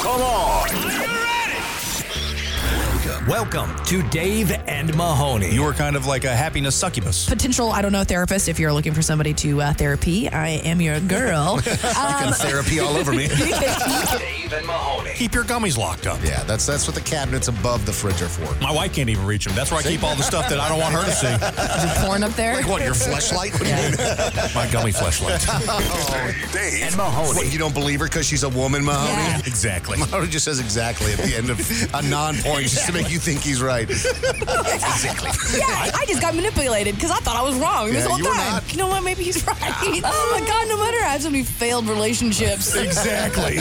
Come on. Welcome to Dave and Mahoney. You were kind of like a happiness succubus. potential, I don't know, therapist, if you're looking for somebody to uh, therapy, I am your girl. Um, Fucking therapy all over me. Dave and Mahoney. keep your gummies locked up. Yeah, that's that's what the cabinets above the fridge are for. My wife can't even reach them. That's where I keep all the stuff that I don't want her to see. Is it porn up there? What your flashlight? What do you mean? My gummy fleshlight. Oh, Dave And Mahoney. What, you don't believe her because she's a woman, Mahoney? Yeah. exactly. Mahoney just says exactly at the end of a non-point just to make you think he's right. Oh, exactly. Yeah, I just got manipulated because I thought I was wrong this Yeah, whole you were time. not. You know what? Maybe he's right. oh my God, no wonder I have so many failed relationships. Exactly.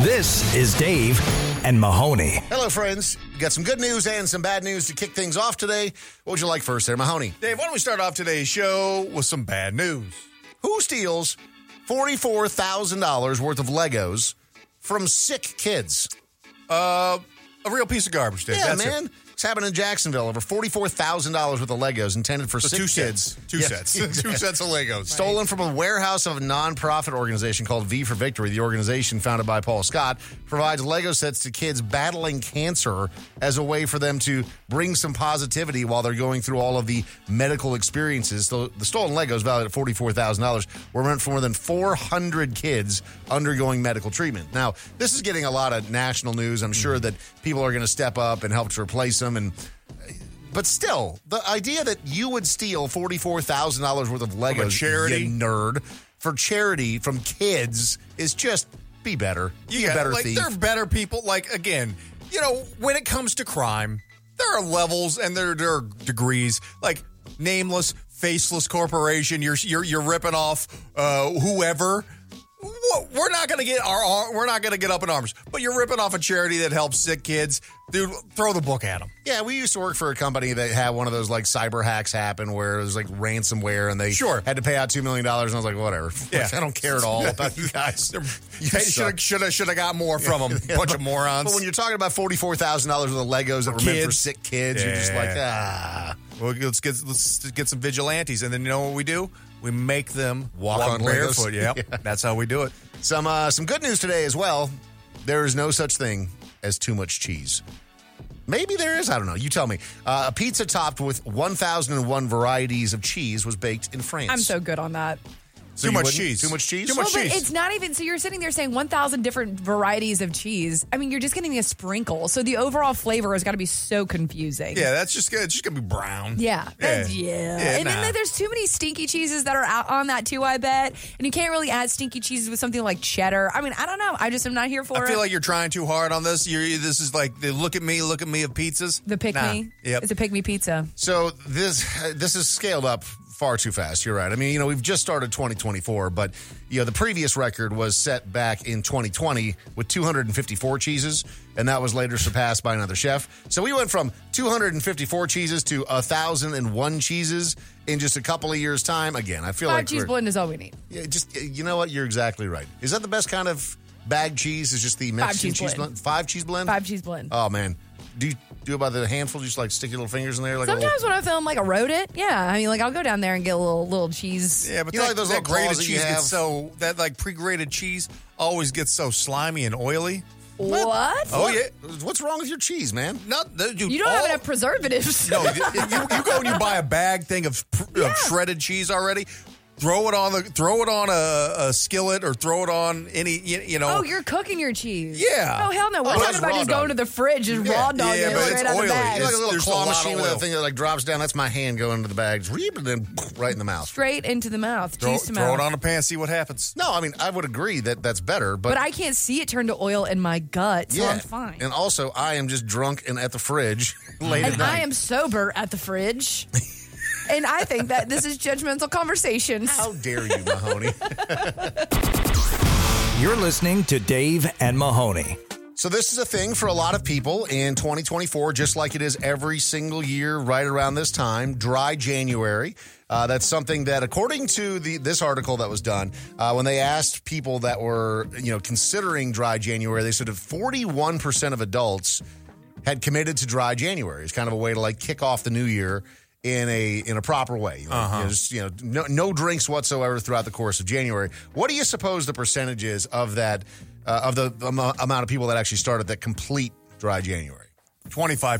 This is Dave and Mahoney. Hello, friends. We got some good news and some bad news to kick things off today. What would you like first, there, Mahoney? Dave, why don't we start off today's show with some bad news? Who steals forty-four thousand dollars worth of Legos from sick kids? A real piece of garbage, Dave. Yeah, That's man. It. It's happened in Jacksonville. Over forty-four thousand dollars worth of Legos intended for So sick two kids. sets. Two Yes, sets. exactly. Two sets of Legos. Stolen from a warehouse of a nonprofit organization called V for Victory. The organization, founded by Paul Scott, provides Lego sets to kids battling cancer as a way for them to bring some positivity while they're going through all of the medical experiences. So the stolen Legos, valued at $44,000, were meant for more than 400 kids undergoing medical treatment. Now, this is getting a lot of national news. I'm Mm-hmm. sure that people are going to step up and help to replace them and but still, the idea that you would steal forty four thousand dollars worth of Legos, charity? you nerd, for charity from kids is just be better. You be got a it. better like, thief. They're better people. Like again, you know, when it comes to crime, there are levels and there there are degrees. Like nameless, faceless corporation. You're you're you're ripping off uh, whoever. Wha- We're not gonna get our ar- we're not gonna get up in arms, but you're ripping off a charity that helps sick kids, dude. Throw the book at them. Yeah, we used to work for a company that had one of those like cyber hacks happen where it was like ransomware and they Sure. had to pay out two million dollars and I was like, whatever. Yeah. I don't care at all about you guys. You suck. Should have should have got more from them. Yeah, Bunch but- of morons. But when you're talking about forty four thousand dollars worth of Legos that were meant for kids. sick kids, you're just Yeah. like, ah. Well, let's get let's get some vigilantes, and then you know what we do? We make them Walk walk, on Legos. barefoot. Yep, Yeah. that's how we do it. Some uh, some good news today as well. There is no such thing as too much cheese. Maybe there is. I don't know. You tell me. Uh, a pizza topped with 1,001 varieties of cheese was baked in France. I'm so good on that. too you much wouldn't- cheese. Too much cheese. Too much Well, but cheese. it's not even. So you're sitting there saying 1,000 different varieties of cheese. I mean, you're just getting a sprinkle. So the overall flavor has got to be so confusing. yeah, that's just gonna, it's just gonna be brown. Yeah. That's- Yeah. and nah. then there's too many stinky cheeses that are out on that too, I bet. And you can't really add stinky cheeses with something like cheddar. I mean, I don't know. I just am not here for I it. feel like you're trying too hard on this. You're, this is like the look at me, look at me of pizzas. the pick me. Nah. Yep. It's a pick me pizza. So this this is scaled up far too fast. You're right. I mean, you know, we've just started 2024, but you know, the previous record was set back in 2020 with 254 cheeses, and that was later surpassed by another chef. So we went from 254 cheeses to 1001 cheeses in just a couple of years time. Again, I feel Five like cheese we're- blend is all we need. yeah, just you know what, you're exactly right. Is that the best kind of bag cheese? Is just the Mexican cheese blend. Five cheese blend? Five cheese blend. Oh man. Do you do it by the handful? Do you just like stick your little fingers in there like a little- Sometimes when I film like a rodent, yeah. I mean, like I'll go down there and get a little little cheese. yeah, but You know, that, like those that little claws grated that you cheese have? gets so that like pre-grated cheese always gets so slimy and oily. What? Oh yeah, What's wrong with your cheese, man? not the, dude, You don't all- have enough preservatives. No, you, you go and you buy a bag thing of, pr- of shredded cheese already. Throw it on the throw it on a, a skillet or throw it on any you, you know. Oh, you're cooking your cheese. Yeah. Oh hell no. We're Oh, talking that's about raw just dog. going to the fridge and Yeah. raw dog Yeah, it but right it's out of the oily. bag. It's like a little There's claw a lot of machine with oil. that thing that like drops down. That's my hand going into the bag, and then right in the mouth. Straight into the mouth. throw, cheese to throw mouth. it on a pan, see what happens. No, I mean I would agree that that's better, but, but I can't see it turn to oil in my gut, so yeah, I'm fine. And also, I am just drunk and at the fridge late at And I night. am sober at the fridge. and I think that this is judgmental conversations. How dare you, Mahoney? You're listening to Dave and Mahoney. so, this is a thing for a lot of people in 2024, just like it is every single year right around this time, dry January. Uh, that's something that, according to the this article that was done, uh, when they asked people that were you know considering dry January, they said that 41% of adults had committed to dry January. It's kind of a way to like kick off the new year in a in a proper way. Like, you know, just, you know, no, no drinks whatsoever throughout the course of January. What do you suppose the percentage is of that uh, of the amo- amount of people that actually started that complete dry January? 25%.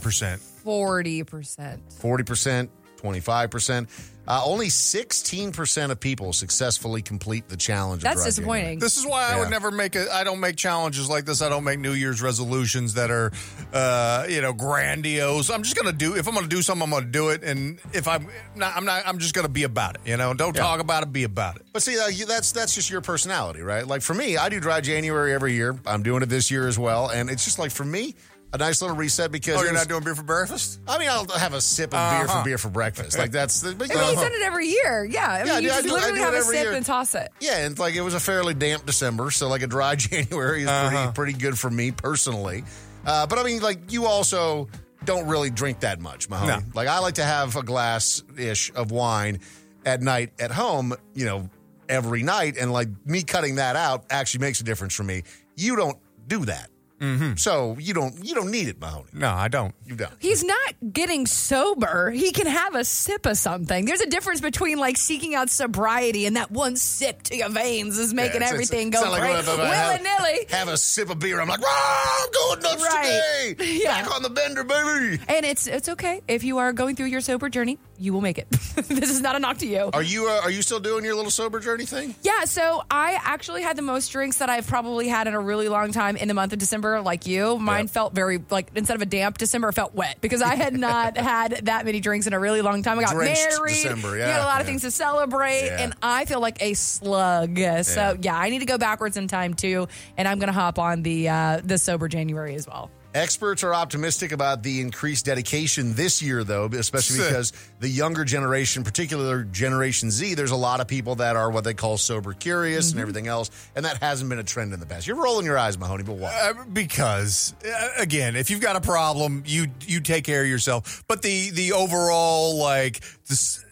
40%. Forty percent, twenty five percent. Uh, Only sixteen percent of people successfully complete the challenge. of That's dry January. disappointing. This is why I would Yeah. never make a. I don't make challenges like this. I don't make New Year's resolutions that are, uh, you know, grandiose. I'm just gonna do. If I'm gonna do something, I'm gonna do it. And if I'm not, I'm not. I'm just gonna be about it. You know, don't talk about it. Be about it. But see, uh, you- that's that's just your personality, right? Like for me, I do dry January every year. I'm doing it this year as well, and it's just like for me, a nice little reset because Oh, it you're was- not doing beer for breakfast. I mean, I'll have a sip of beer for beer for breakfast. Like that's the, uh-huh. but, you I mean, he's know, done it every year. Yeah. I mean, Yeah, I you do- I just do- I literally do it have a every sip year. and toss it. yeah, and like it was a fairly damp December, so like a dry January is pretty pretty good for me personally. Uh, but I mean, like you also don't really drink that much, Mahoney. No. Like I like to have a glass ish of wine at night at home. You know, every night, and like me cutting that out actually makes a difference for me. You don't do that, mm-hmm. so you don't you don't need it, Mahoney. No, I don't. You don't. He's not getting sober. He can have a sip of something. There's a difference between like seeking out sobriety and that one sip to your veins is making Yeah, it's- it's- everything it's go not like great. one of them I Willy have- nilly. Have a sip of beer. I'm like, "Rah, I'm going nuts Right. today. Yeah. Back on the bender, baby. And it's it's okay if you are going through your sober journey, you will make it. this is not a knock to you. Are you uh, are you still doing your little sober journey thing? Yeah, so I actually had the most drinks that I've probably had in a really long time in the month of December, like you. Mine felt very like instead of a damp December, it felt wet because I had not had that many drinks in a really long time. I got Drenched married, December, we yeah, had a lot of yeah. things to celebrate, Yeah. and I feel like a slug. So yeah, I need to go backwards in time too, and I'm gonna hop on the uh, the sober January as well. Experts are optimistic about the increased dedication this year, though, especially Sick. because the younger generation, particular Generation Z, there's a lot of people that are what they call sober curious and everything else, and that hasn't been a trend in the past. You're rolling your eyes, Mahoney, but why? Uh, because uh, again, if you've got a problem, you you take care of yourself. But the the overall like this. I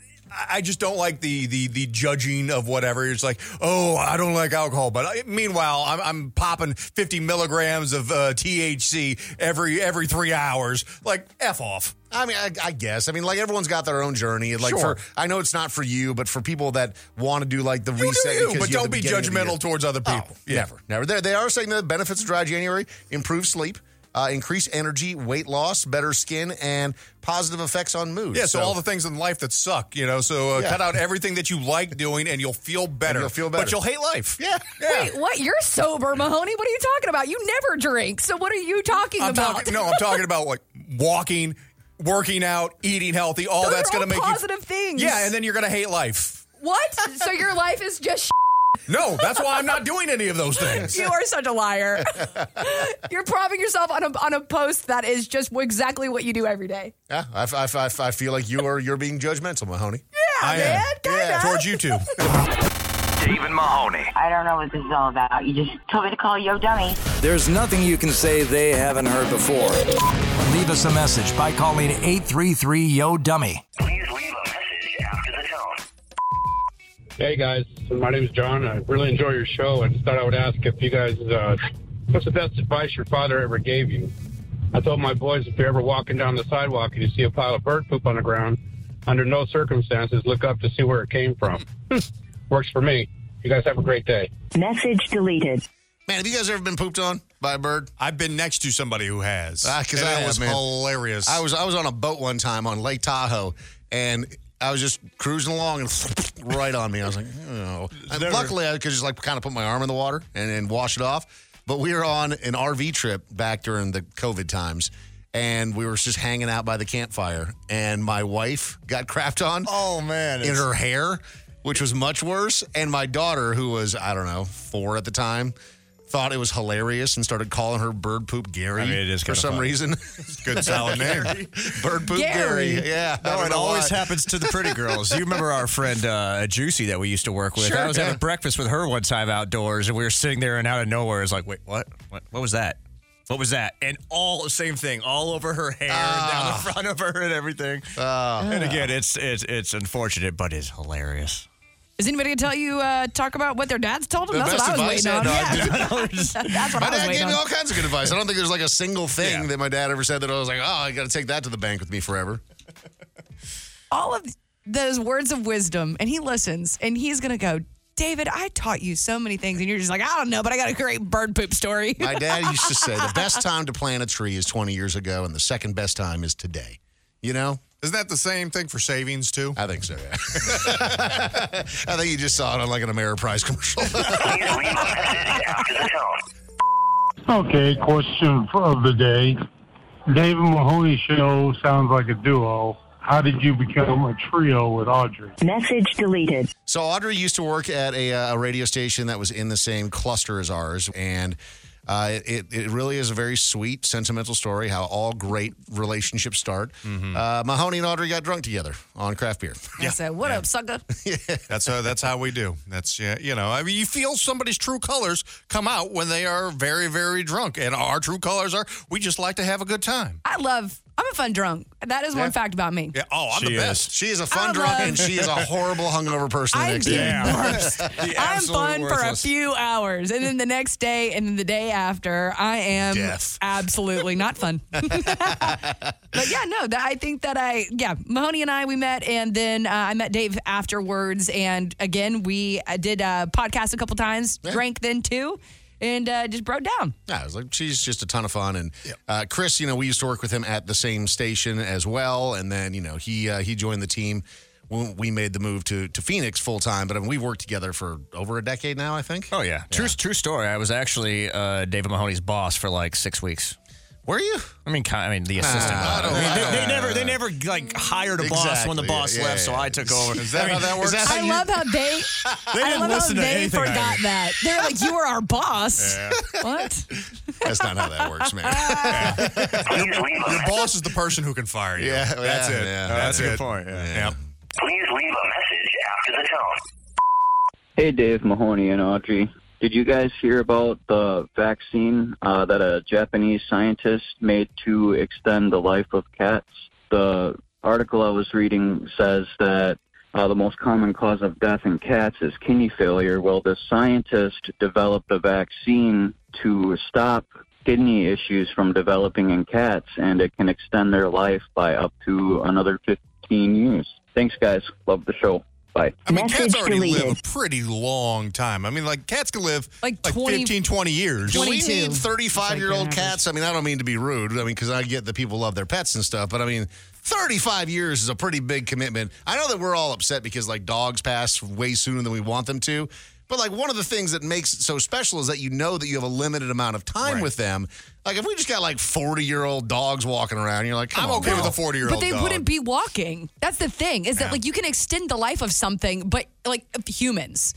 I just don't like the the the judging of whatever. It's like, oh, I don't like alcohol, but I, meanwhile, I'm, I'm popping 50 milligrams of uh, THC every every three hours. Like, f off. I mean, I, I guess. I mean, like everyone's got their own journey. Like Sure. for, I know it's not for you, but for people that want to do like the You do reset, you, because but you don't have the be beginning of the year. judgmental towards other people. Yeah. Never, never. They, they are saying that the benefits of dry January improve sleep, uh, increase energy, weight loss, better skin, and positive effects on mood. Yeah, so, all the things in life that suck, you know. So uh, Yeah. cut out everything that you like doing, and you'll feel better. you'll feel but better. you'll hate life. yeah. Wait, what? You're sober, Mahoney? What are you talking about? You never drink, so what are you talking I'm about? talking. No, I'm talking about like walking, working out, eating healthy. All Those that's are going all to make positive you things. Yeah, and then you're going to hate life. What? So your life is just. Sh- No, that's why I'm not doing any of those things. you are such a liar. You're propping yourself on a on a post that is just exactly what you do every day. Yeah, I, f- I f- I f- I feel like you are you're being judgmental, Mahoney. I man, am. kinda. Yeah, towards you two. Dave and Mahoney. I don't know what this is all about. You just told me to call yo dummy. There's nothing you can say they haven't heard before. Leave us a message by calling 833 Yo Dummy. Please leave a message after the tone. Hey guys, my name is John. I really enjoy your show and thought I would ask if you guys, uh, what's the best advice your father ever gave you? I told my boys if you're ever walking down the sidewalk and you see a pile of bird poop on the ground, under no circumstances look up to see where it came from. Hmm. Works for me. You guys have a great day. Message deleted. Man, have you guys ever been pooped on by a bird? I've been next to somebody who has. Ah, 'cause And I it have, was man. hilarious. I was I was on a boat one time on Lake Tahoe, and I was just cruising along and right on me. I was like, oh. And never- luckily, I could just like kind of put my arm in the water and, and wash it off. But we were on an RV trip back during the COVID times. And we were just hanging out by the campfire, and my wife got crapped on Oh man, in her hair, which was much worse. And my daughter, who was, I don't know, four at the time, thought it was hilarious and started calling her Bird Poop Gary I mean, it is for kinda some funny. reason. Good solid name. Bird Poop Gary. Gary. Yeah. I No, don't it know always why. happens to the pretty girls. You remember our friend uh, Juicy that we used to work with? Sure, I was yeah. having breakfast with her one time outdoors, and we were sitting there, and out of nowhere, it's like, wait, what? What, what was that? What was that? And all the same thing, all over her hair, down Ah. the front of her, and everything. and again, it's it's it's unfortunate, but it's hilarious. Is anybody gonna tell you uh, talk about what their dads told them? The That's best what I was advice waiting on. I had, Yes. That's what My I was dad gave waiting me on. all kinds of good advice. I don't think there's like a single thing Yeah. that my dad ever said that I was like, oh, I got to take that to the bank with me forever. All of those words of wisdom, and he listens, and he's gonna go. David, I taught you so many things, and you're just like, I don't know, but I got a great bird poop story. My dad used to say the best time to plant a tree is 20 years ago, and the second best time is today. You know? Isn't that the same thing for savings too? I think so. Yeah. I think you just saw it on like an Ameriprise commercial. Please leave a message after the tone. Okay, question of the day. David Mahoney show sounds like a duo. How did you become a trio Oh, with Audrey? Message deleted. So Audrey used to work at a, uh, a radio station that was in the same cluster as ours, and uh, it it really is a very sweet, sentimental story how all great relationships start. Mm-hmm. Uh, Mahoney and Audrey got drunk together on craft beer. I said, What up, sucker? That's how, that's how we do. That's yeah, you know. I mean, you feel somebody's true colors come out when they are very very drunk, and our true colors are we just like to have a good time. I love, I'm a fun drunk. That is one fact about me. Yeah. Oh, I'm She the is. best. She is a fun I drunk, love- and she is a horrible hungover person the I'm next the day. worst. I'm fun for a few hours, and then the next day, and then the day after, I am Death. absolutely not fun. but yeah, no, that, I think that I, yeah, Mahoney and I we met, and then uh, I met Dave afterwards, and again we uh, did a podcast a couple times, drank then too, and uh, just broke down. Yeah, I was like, she's just a ton of fun. And uh, Chris, you know, we used to work with him at the same station as well. And then, you know, he uh, he joined the team when we made the move to, to Phoenix full time. But I mean, we've worked together for over a decade now, I think. Oh yeah, true true story. I was actually uh, David Mahoney's boss for like six weeks. Were you? I mean, ki- I mean the assistant. I don't- I mean, they, I they never, they never like hired a boss when the Ah. Exactly, boss yeah, left, yeah, so yeah. I took over. Is that I mean, how that works? is I I love how they, I didn't love how listen to they anything I forgot did. that. They're like, you were our boss. What? That's not how that works, man. Please leave a Your message. boss is the person who can fire you. Yeah, that's yeah, it. yeah. That's a good it. point, yeah. Yep. Please leave a message after the tone. Hey, Dave Mahoney and Audrey. Did you guys hear about the vaccine uh, that a Japanese scientist made to extend the life of cats? The article I was reading says that uh, the most common cause of death in cats is kidney failure. Well, the scientist developed a vaccine to stop kidney issues from developing in cats, and it can extend their life by up to another 15 years. Thanks, guys. Love the show. Bye. I mean, cats Message already live deleted. a pretty long time. I mean, like cats can live Like 20 15, 20 years. Do we 22. need 35 year old average. cats? I mean, I don't mean to be rude. I mean, because I get that people love their pets and stuff, but I mean, 35 years is a pretty big commitment. I know that we're all upset because like dogs pass way sooner than we want them to. But like one of the things that makes it so special is that you know that you have a limited amount of time with them. Like if we just got like 40 year old dogs walking around, you're like, I'm okay with a 40 year old. But they wouldn't be walking. That's the thing is that like you can extend the life of something, but like of humans.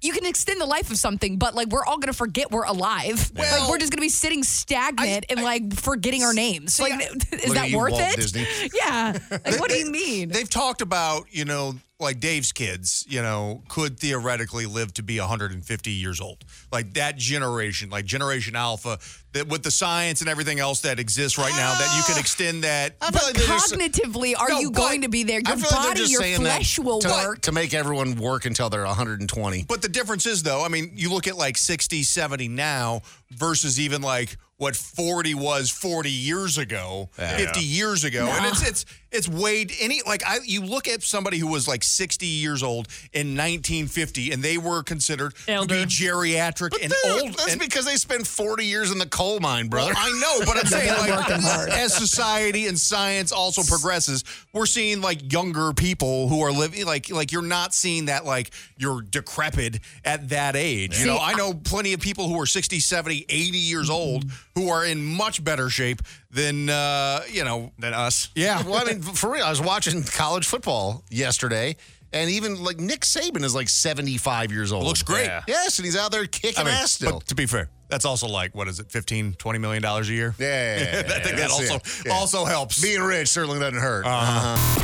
You can extend the life of something, but like we're all gonna forget we're alive. like we're just gonna be sitting stagnant and like forgetting our names. like, is Look at that you, worth Walt it? Disney. Yeah. Like, what do you mean? They've talked about, you know, like Dave's kids, you know, could theoretically live to be 150 years old. Like that generation, like Generation Alpha, that with the science and everything else that exists right now, that you can extend that. I feel like they're just- Cognitively, are No, you but going to be there? I Your feel like they're body, just your saying that flesh will to, work. to make everyone work until they're 120. But the difference is, though, I mean, you look at like 60, 70 now versus even like what 40 was 40 years ago, 50 years ago. And it's, it's, it's weighed any, like, I, you look at somebody who was like 60 years old in 1950 and they were considered to be geriatric and Dude, old. that's and- because they spent 40 years in the coal mine, brother. I know, but I'm saying like as society and science also progresses, we're seeing like younger people who are living like like you're not seeing that like you're decrepit at that age. You know, I know plenty of people who are 60, 70, 80 years old who are in much better shape than uh, you know, than us. yeah. well, I mean, for real, I was watching college football yesterday, and even like Nick Saban is like 75 years old. Looks great. Yes, and he's out there kicking I mean, ass still. But to be fair, That's also like, what is it, 15, 20 million dollars a year? Yeah, yeah, yeah, I think that that's also it. Yeah. also helps. Being rich certainly doesn't hurt. Uh-huh.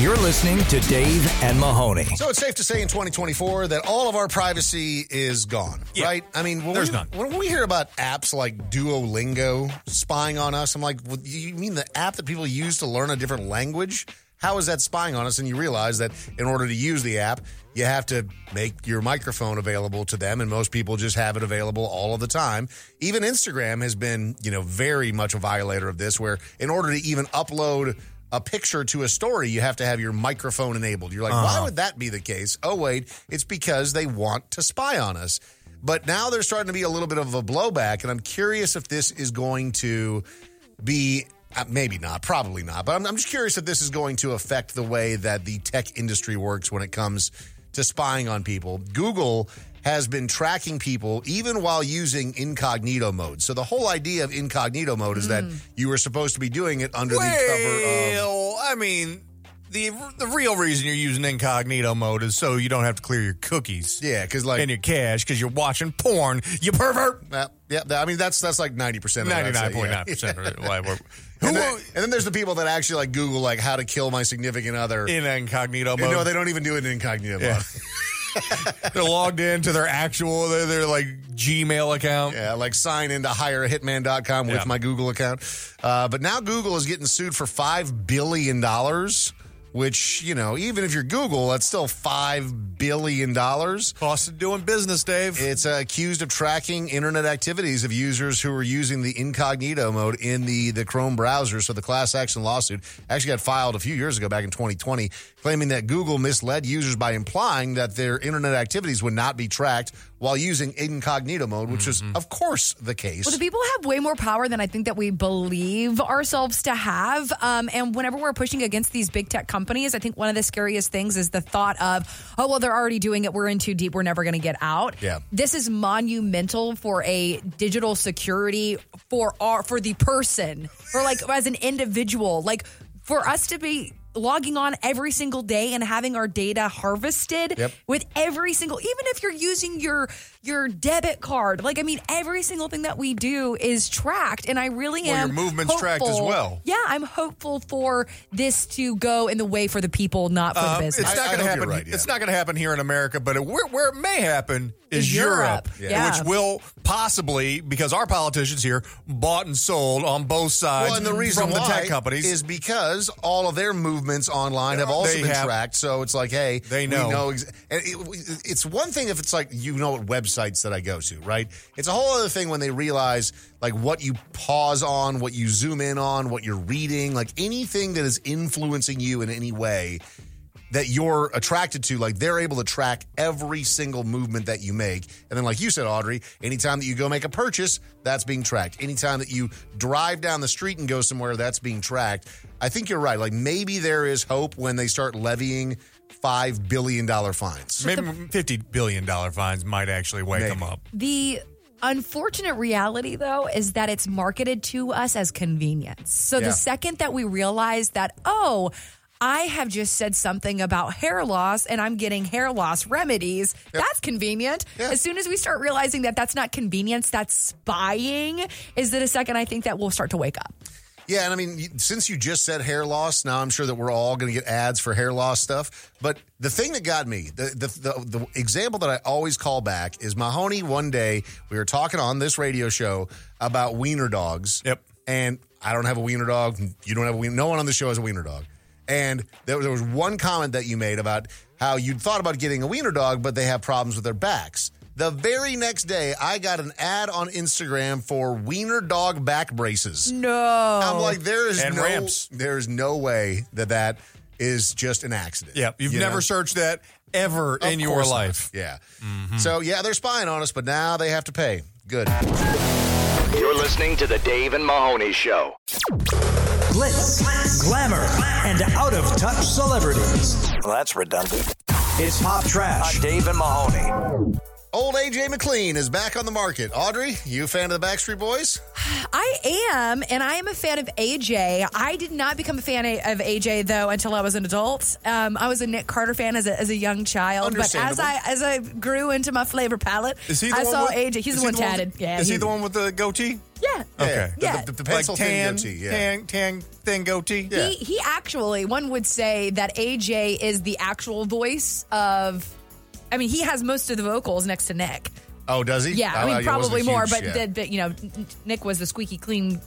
You're listening to Dave and Mahoney. So it's safe to say in 2024 that all of our privacy is gone, right? I mean, when There's we, none. When we hear about apps like Duolingo spying on us, I'm like, well, you mean the app that people use to learn a different language? How is that spying on us? And you realize that in order to use the app, you have to make your microphone available to them, and most people just have it available all of the time. Even Instagram has been, you know, very much a violator of this, where in order to even upload a picture to a story, you have to have your microphone enabled. You're like, Uh-huh. why would that be the case? Oh, wait, it's because they want to spy on us. But now there's starting to be a little bit of a blowback, and I'm curious if this is going to be. Uh, maybe not, probably not, but I'm, I'm just curious if this is going to affect the way that the tech industry works when it comes to spying on people. Google has been tracking people even while using incognito mode. So the whole idea of incognito mode is that you were supposed to be doing it under the cover of Hmm. Well, I mean, the the real reason you're using incognito mode is so you don't have to clear your cookies Yeah, because like, and your cache because you're watching porn. You pervert. uh, yeah, that- I mean that's that's like ninety percent, Ninety nine point nine percent. And, Who then- and then there's the people that actually like Google like how to kill my significant other. in incognito And mode? no, they don't even do it in incognito Yeah. mode. They're logged into their actual their, their like Gmail account. Yeah, uh, like sign into hirehitman.com with Yeah. my Google account. Uh, but now Google is getting sued for $5 billion, which, you know, even if you're Google, that's still $5 billion. Cost of doing business, Dave. It's uh, accused of tracking internet activities of users who were using the incognito mode in the, the Chrome browser. So the class action lawsuit actually got filed a few years ago, back in 2020, claiming that Google misled users by implying that their internet activities would not be tracked while using incognito mode, which is, of course, the case. Well, the people have way more power than I think that we believe ourselves to have. Um, and whenever we're pushing against these big tech companies, I think one of the scariest things is the thought of, oh, well, they're already doing it. We're in too deep. We're never going to get out. Yeah. This is monumental for a digital security for our, for the person, for like as an individual. Like for us to be logging on every single day and having our data harvested Yep. with every single even if you're using your your debit card like i mean every single thing that we do is tracked and i really Well, your am movement's tracked as hopeful- well. yeah i'm hopeful for this to go in the way for the people not for the Um, business It's I- I not going to hope you're happen. right, yeah. It's not going to happen here in America, but it, where, where it may happen is Europe, Europe, yeah. which will possibly because our politicians here bought and sold on both sides Well, and the reason from the why tech companies. is because all of their movements online have also They been have- tracked. So it's like, hey, They we know. ex- and it, it's one thing if it's like you know what websites that I go to, right? It's a whole other thing when they realize like what you pause on, what you zoom in on, what you're reading, like anything that is influencing you in any way that you're attracted to, like they're able to track every single movement that you make. And then, like you said, Audrey, anytime that you go make a purchase, that's being tracked. Anytime that you drive down the street and go somewhere, that's being tracked. I think you're right. Like maybe there is hope when they start levying $5 billion fines. Maybe fifty billion dollar fines might actually wake Maybe. them up. The unfortunate reality, though, is that it's marketed to us as convenience. So Yeah. the second that we realize that, oh, I have just said something about hair loss and I'm getting hair loss remedies. That's convenient. As soon as we start realizing that that's not convenience, that's spying, is that a second I think that we'll start to wake up. Yeah, and I mean, you- since you just said hair loss, now I'm sure that we're all going to get ads for hair loss stuff. But the thing that got me, the, the the the example that I always call back is Mahoney. One day we were talking on this radio show about wiener dogs. Yep. And I don't have a wiener dog. You don't have a wiener. No one on the show has a wiener dog. And there was, there was one comment that you made about how you'd thought about getting a wiener dog, but they have problems with their backs. The very next day, I got an ad on Instagram for wiener dog back braces. No. I'm like, there is And no, ramps. There is no way that that is just an accident. Yeah, you've You never know? searched that ever Of in your course not. life. Mm-hmm. Yeah. So yeah, they're spying on us, but now they have to pay. Good. You're listening to the Dave and Mahoney Show. Glitz, glamour, and out of touch celebrities. Well, that's redundant. It's pop Uh, trash. On Dave and Mahoney. Old AJ McLean is back on the market. Audrey, you a fan of the Backstreet Boys? I am, and I am a fan of AJ. I did not become a fan a- of AJ though until I was an adult. Um, I was a Nick Carter fan as a, as a young child, but as Understandable. I as I grew into my flavor palette, Is he the I one saw with- AJ. He's is the he one the one with- tatted. yeah, is he the one Oh. with the goatee? Yeah. Okay. Yeah. The- the- the pencil like thin tan, goatee, yeah. Tan, tan, thin goatee. He, he actually, one would say that AJ is the actual voice of. I mean, he has most of the vocals next to Nick. Oh, does he? Yeah, I mean, Oh, it wasn't probably huge, more, but, yeah. the- but, you know, Nick was the squeaky clean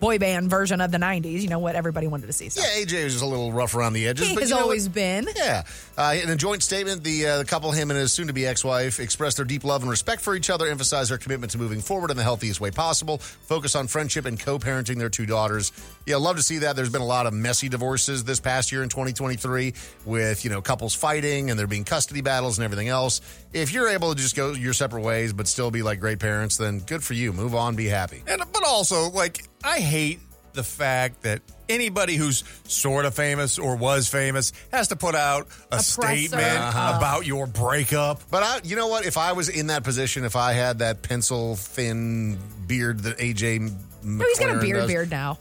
boy band version of the 90s, you know, what everybody wanted to see. So. Yeah, AJ was just a little rough around the edges. He but has you know what? always been. Yeah. Uh, in a joint statement, the, uh, the couple, him and his soon to be ex wife, expressed their deep love and respect for each other, emphasized their commitment to moving forward in the healthiest way possible, focus on friendship and co parenting their two daughters. Yeah, love to see that. There's been a lot of messy divorces this past year in 2023 with, you know, couples fighting and there being custody battles and everything else. If you're able to just go your separate ways but still be like great parents, then good for you. Move on, be happy. And but also, like, I hate the fact that anybody who's sort of famous or was famous has to put out a Oppressor. statement Uh-huh. about your breakup. But I, you know what? If I was in that position, if I had that pencil thin beard that AJ, No, he's got a McLaren beard does- beard now.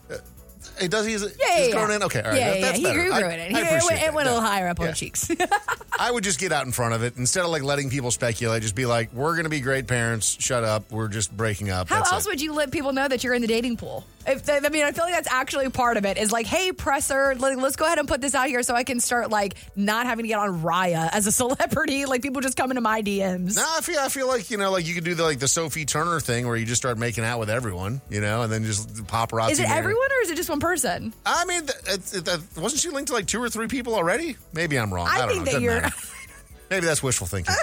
Hey, does he? Is it, Yeah, he's yeah, grown yeah. in. Okay, all right. Yeah, that- yeah, that's he better. grew- I- grew it in. I He- it appreciate went- it that. went a little Yeah. higher up on the Yeah. cheeks. I would just get out in front of it instead of like letting people speculate. Just be like, "We're going to be great parents. Shut up. We're just breaking up." How That's else it. would you let people know that you're in the dating pool? If they, I mean, I feel like that's actually part of it. Is like, hey, presser, let, us go ahead and put this out here so I can start like not having to get on Raya as a celebrity. Like people just come into my DMs. No, I feel I feel like you know, like you could do the like the Sophie Turner thing where you just start making out with everyone, you know, and then just paparazzi. is it there. everyone or is it just one person? I mean, th- it's- it- that- wasn't she linked to like two or three people already? Maybe I'm wrong. I, I don't think know. that Doesn't you're- matter. Maybe that's wishful thinking.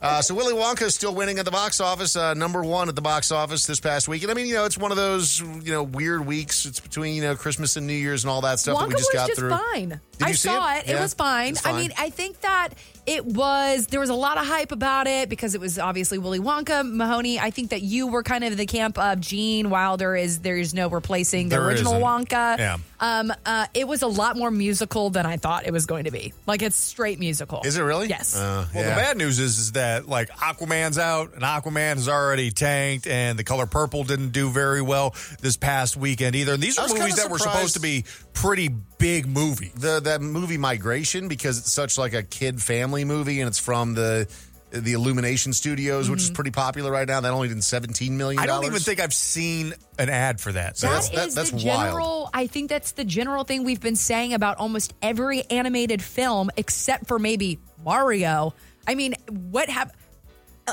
Uh, so Willy Wonka is still winning at the box office, uh, number one at the box office this past week. And I mean, you know, it's one of those you know weird weeks. It's between you know Christmas and New Year's and all that stuff that Wonka we just was got just through. fine. Did I you see saw it? it. Yeah, It was fine. it's I fine. mean, I think that it was there was a lot of hype about it because it was obviously Willy Wonka, Mahoney. I think that you were kind of the camp of Gene Wilder is there's no replacing the There original isn't. Wonka. Yeah. Um uh it was a lot more musical than I thought it was going to be. Like it's straight musical. Is it really? Yes. Uh, Well, yeah. the bad news is, is that like Aquaman's out, and Aquaman is already tanked, and the color purple didn't do very well this past weekend either. And these I are was movies kinda that were surprised- supposed to be pretty big movies. the that movie Migration because it's such like a kid family movie and it's from the the Illumination Studios, which is Mm-hmm. pretty popular right now. That only did seventeen million. I don't even think I've seen an ad for that. So That that's- is- that- that's the wild. general. I think that's the general thing we've been saying about almost every animated film, except for maybe Mario. I mean, what happened?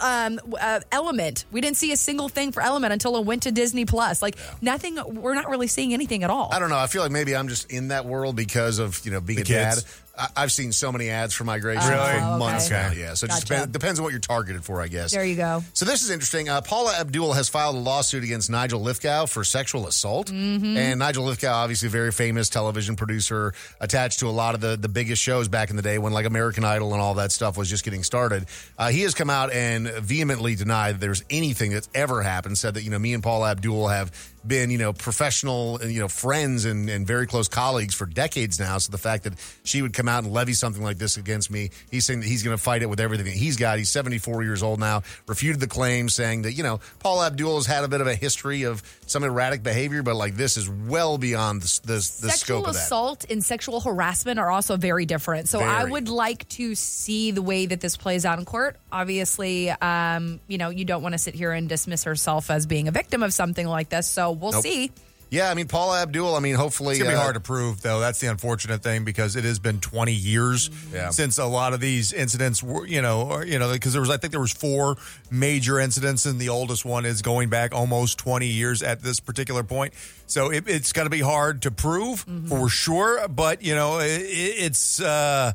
Um, uh, Element. We didn't see a single thing for Element until it went to Disney Plus. Like nothing. We're not really seeing anything at all. I don't know. I feel like maybe I'm just in that world because of you know being The a kids. dad. I, I've seen so many ads for migration Really? for Oh, months okay. now. Yeah, so it just Gotcha. depends, depends on what you're targeted for, I guess. There you go. So this is interesting. Uh, Paula Abdul has filed a lawsuit against Nigel Lithgow for sexual assault, Mm-hmm. and Nigel Lithgow, obviously a very famous television producer, attached to a lot of the the biggest shows back in the day when like American Idol and all that stuff was just getting started. Uh, he has come out and vehemently denied there's anything that's ever happened. Said that you know me and Paula Abdul have been you know professional you know friends and, and very close colleagues for decades now so the fact that she would come out and levy something like this against me he's saying that he's going to fight it with everything that he's got he's 74 years old now refuted the claim saying that you know paul abdul has had a bit of a history of some erratic behavior but like this is well beyond the, the, the sexual scope of that assault and sexual harassment are also very different. So I Very. would like to see the way that this plays out in court. Obviously, um, you know, you don't want to sit here and dismiss herself as being a victim of something like this. So we'll Nope. see. yeah i mean paul abdul i mean hopefully It's gonna be uh, hard to prove, though. That's the unfortunate thing because it has been 20 years Yeah. since a lot of these incidents were, you know, or, you know, because there was, I think, there was four major incidents, and the oldest one is going back almost 20 years at this particular point. So it, it's going to be hard to prove Mm-hmm. for sure, but you know, i i it's. Uh,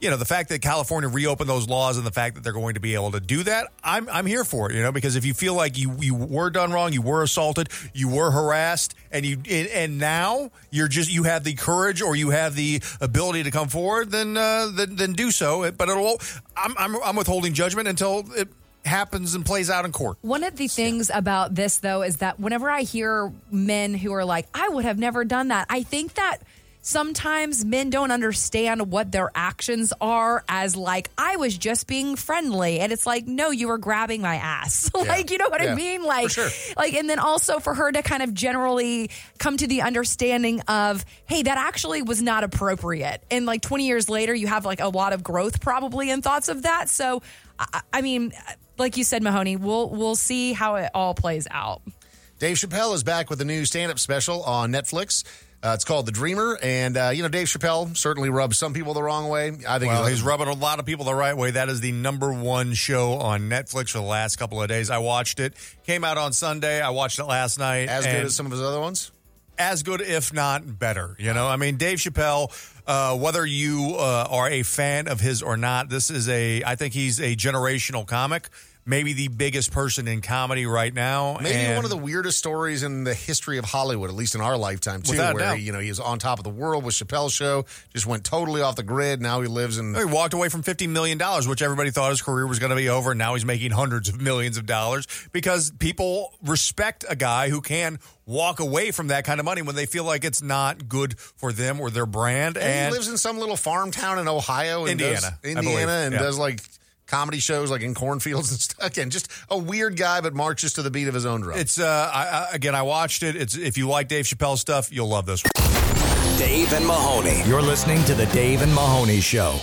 you know the fact that California reopened those laws and the fact that they're going to be able to do that, I'm I'm here for it. You know because if you feel like you you were done wrong, you were assaulted, you were harassed, and you and- and now you're just you have the courage or you have the ability to come forward, then uh, then, then do so. But it'll I'm, I'm I'm withholding judgment until it happens and plays out in court. One of the things about this, though, is that whenever I hear men who are like, I would have never done that, I think that sometimes men don't understand what their actions are as like I was just being friendly and it's like no you were grabbing my ass like you know what I Yeah. mean like like and then also for her to kind of generally come to the understanding of hey that actually was not appropriate and like 20 years later you have like a lot of growth probably and thoughts of that so I, I mean like you said Mahoney we'll we'll see how it all plays out Dave Chappelle is back with a new stand up special on Netflix. Uh, it's called The Dreamer. And, uh, you know, Dave Chappelle certainly rubs some people the wrong way. I think well, he's rubbing a lot of people the right way. That is the number one show on Netflix for the last couple of days. I watched it. Came out on Sunday. I watched it last night. as good and- as some of his other ones. as good, if not better. You know, I mean, Dave Chappelle. Uh, whether you uh, are a fan of his or not, this is a. I think he's a generational comic. Maybe the biggest person in comedy right now. Maybe and- one of the weirdest stories in the history of Hollywood, at least in our lifetime, too, Without a where doubt. you know he was on top of the world with Chappelle's show, just went totally off the grid. Now he lives in He walked away from fifty million dollars, which everybody thought his career was going to be over, and now he's making hundreds of millions of dollars because people respect a guy who can walk away from that kind of money when they feel like it's not good for them or their brand. And, And, he lives in some little farm town in Ohio, and does- Indiana, I believe. Indiana, and Yeah. does like comedy shows like in cornfields and stuff. Again, just a weird guy, but marches to the beat of his own drum. it's uh, I, I, again, I watched it. It's if you like Dave Chappelle stuff, you'll love this. Dave and Mahoney. You're listening to The Dave and Mahoney Show.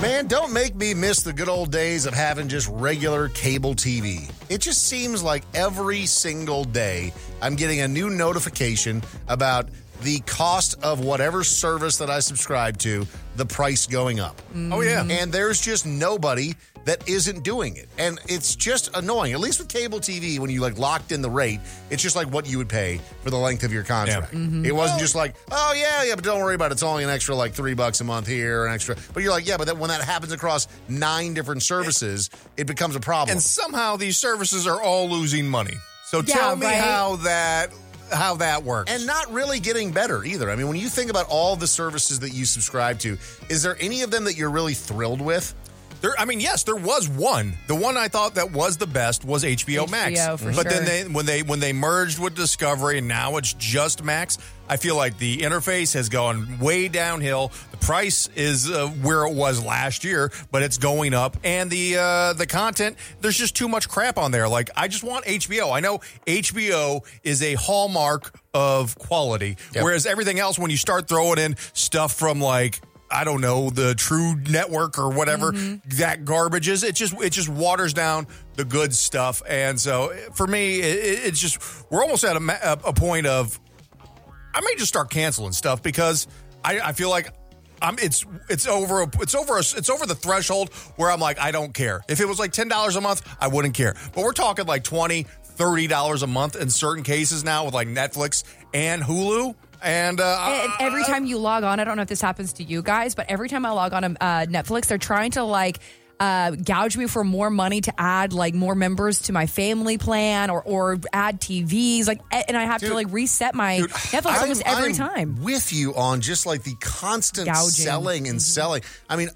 Man, don't make me miss the good old days of having just regular cable TV. It just seems like every single day I'm getting a new notification about the cost of whatever service that I subscribe to, the price going up. Oh, yeah. And there's just nobody that isn't doing it. And it's just annoying. At least with cable TV, when you like locked in the rate, it's just like what you would pay for the length of your contract. Mm-hmm. It wasn't just like, oh yeah, yeah, but don't worry about it. It's only an extra like three bucks a month here, an extra. But you're like, yeah, but that, when that happens across nine different services, it becomes a problem. And somehow these services are all losing money. So tell me how that how that works. And not really getting better either. I mean, when you think about all the services that you subscribe to, is there any of them that you're really thrilled with? There, I mean, yes, there was one. The one I thought that was the best was HBO, HBO, Max. for but then sure. they when they when they merged with Discovery and now it's just Max. I feel like the interface has gone way downhill. The price is uh, where it was last year, but it's going up, and the uh, the content there's just too much crap on there. Like I just want HBO. I know HBO is a hallmark of quality, whereas everything else, when you start throwing in stuff from like I don't know the True Network or whatever that garbage is. It just it just waters down the good stuff, and so for me, it, it's just we're almost at a, ma- a a point of I may just start canceling stuff because I, I feel like I'm it's it's over it's over it's over the threshold where I'm like I don't care. If it was like ten dollars a month, I wouldn't care. But we're talking like twenty, thirty dollars a month in certain cases now with like Netflix and Hulu. And, uh, And every Uh-huh. time you log on, I don't know if this happens to you guys, but every time I log on to uh, Netflix, they're trying to like uh, gouge me for more money to add like more members to my family plan or or add TVs. Like, a- and I have to like reset my Netflix I'm- almost every I'm time. With you on just like the constant Gouging. Mm-hmm. selling and selling. I mean,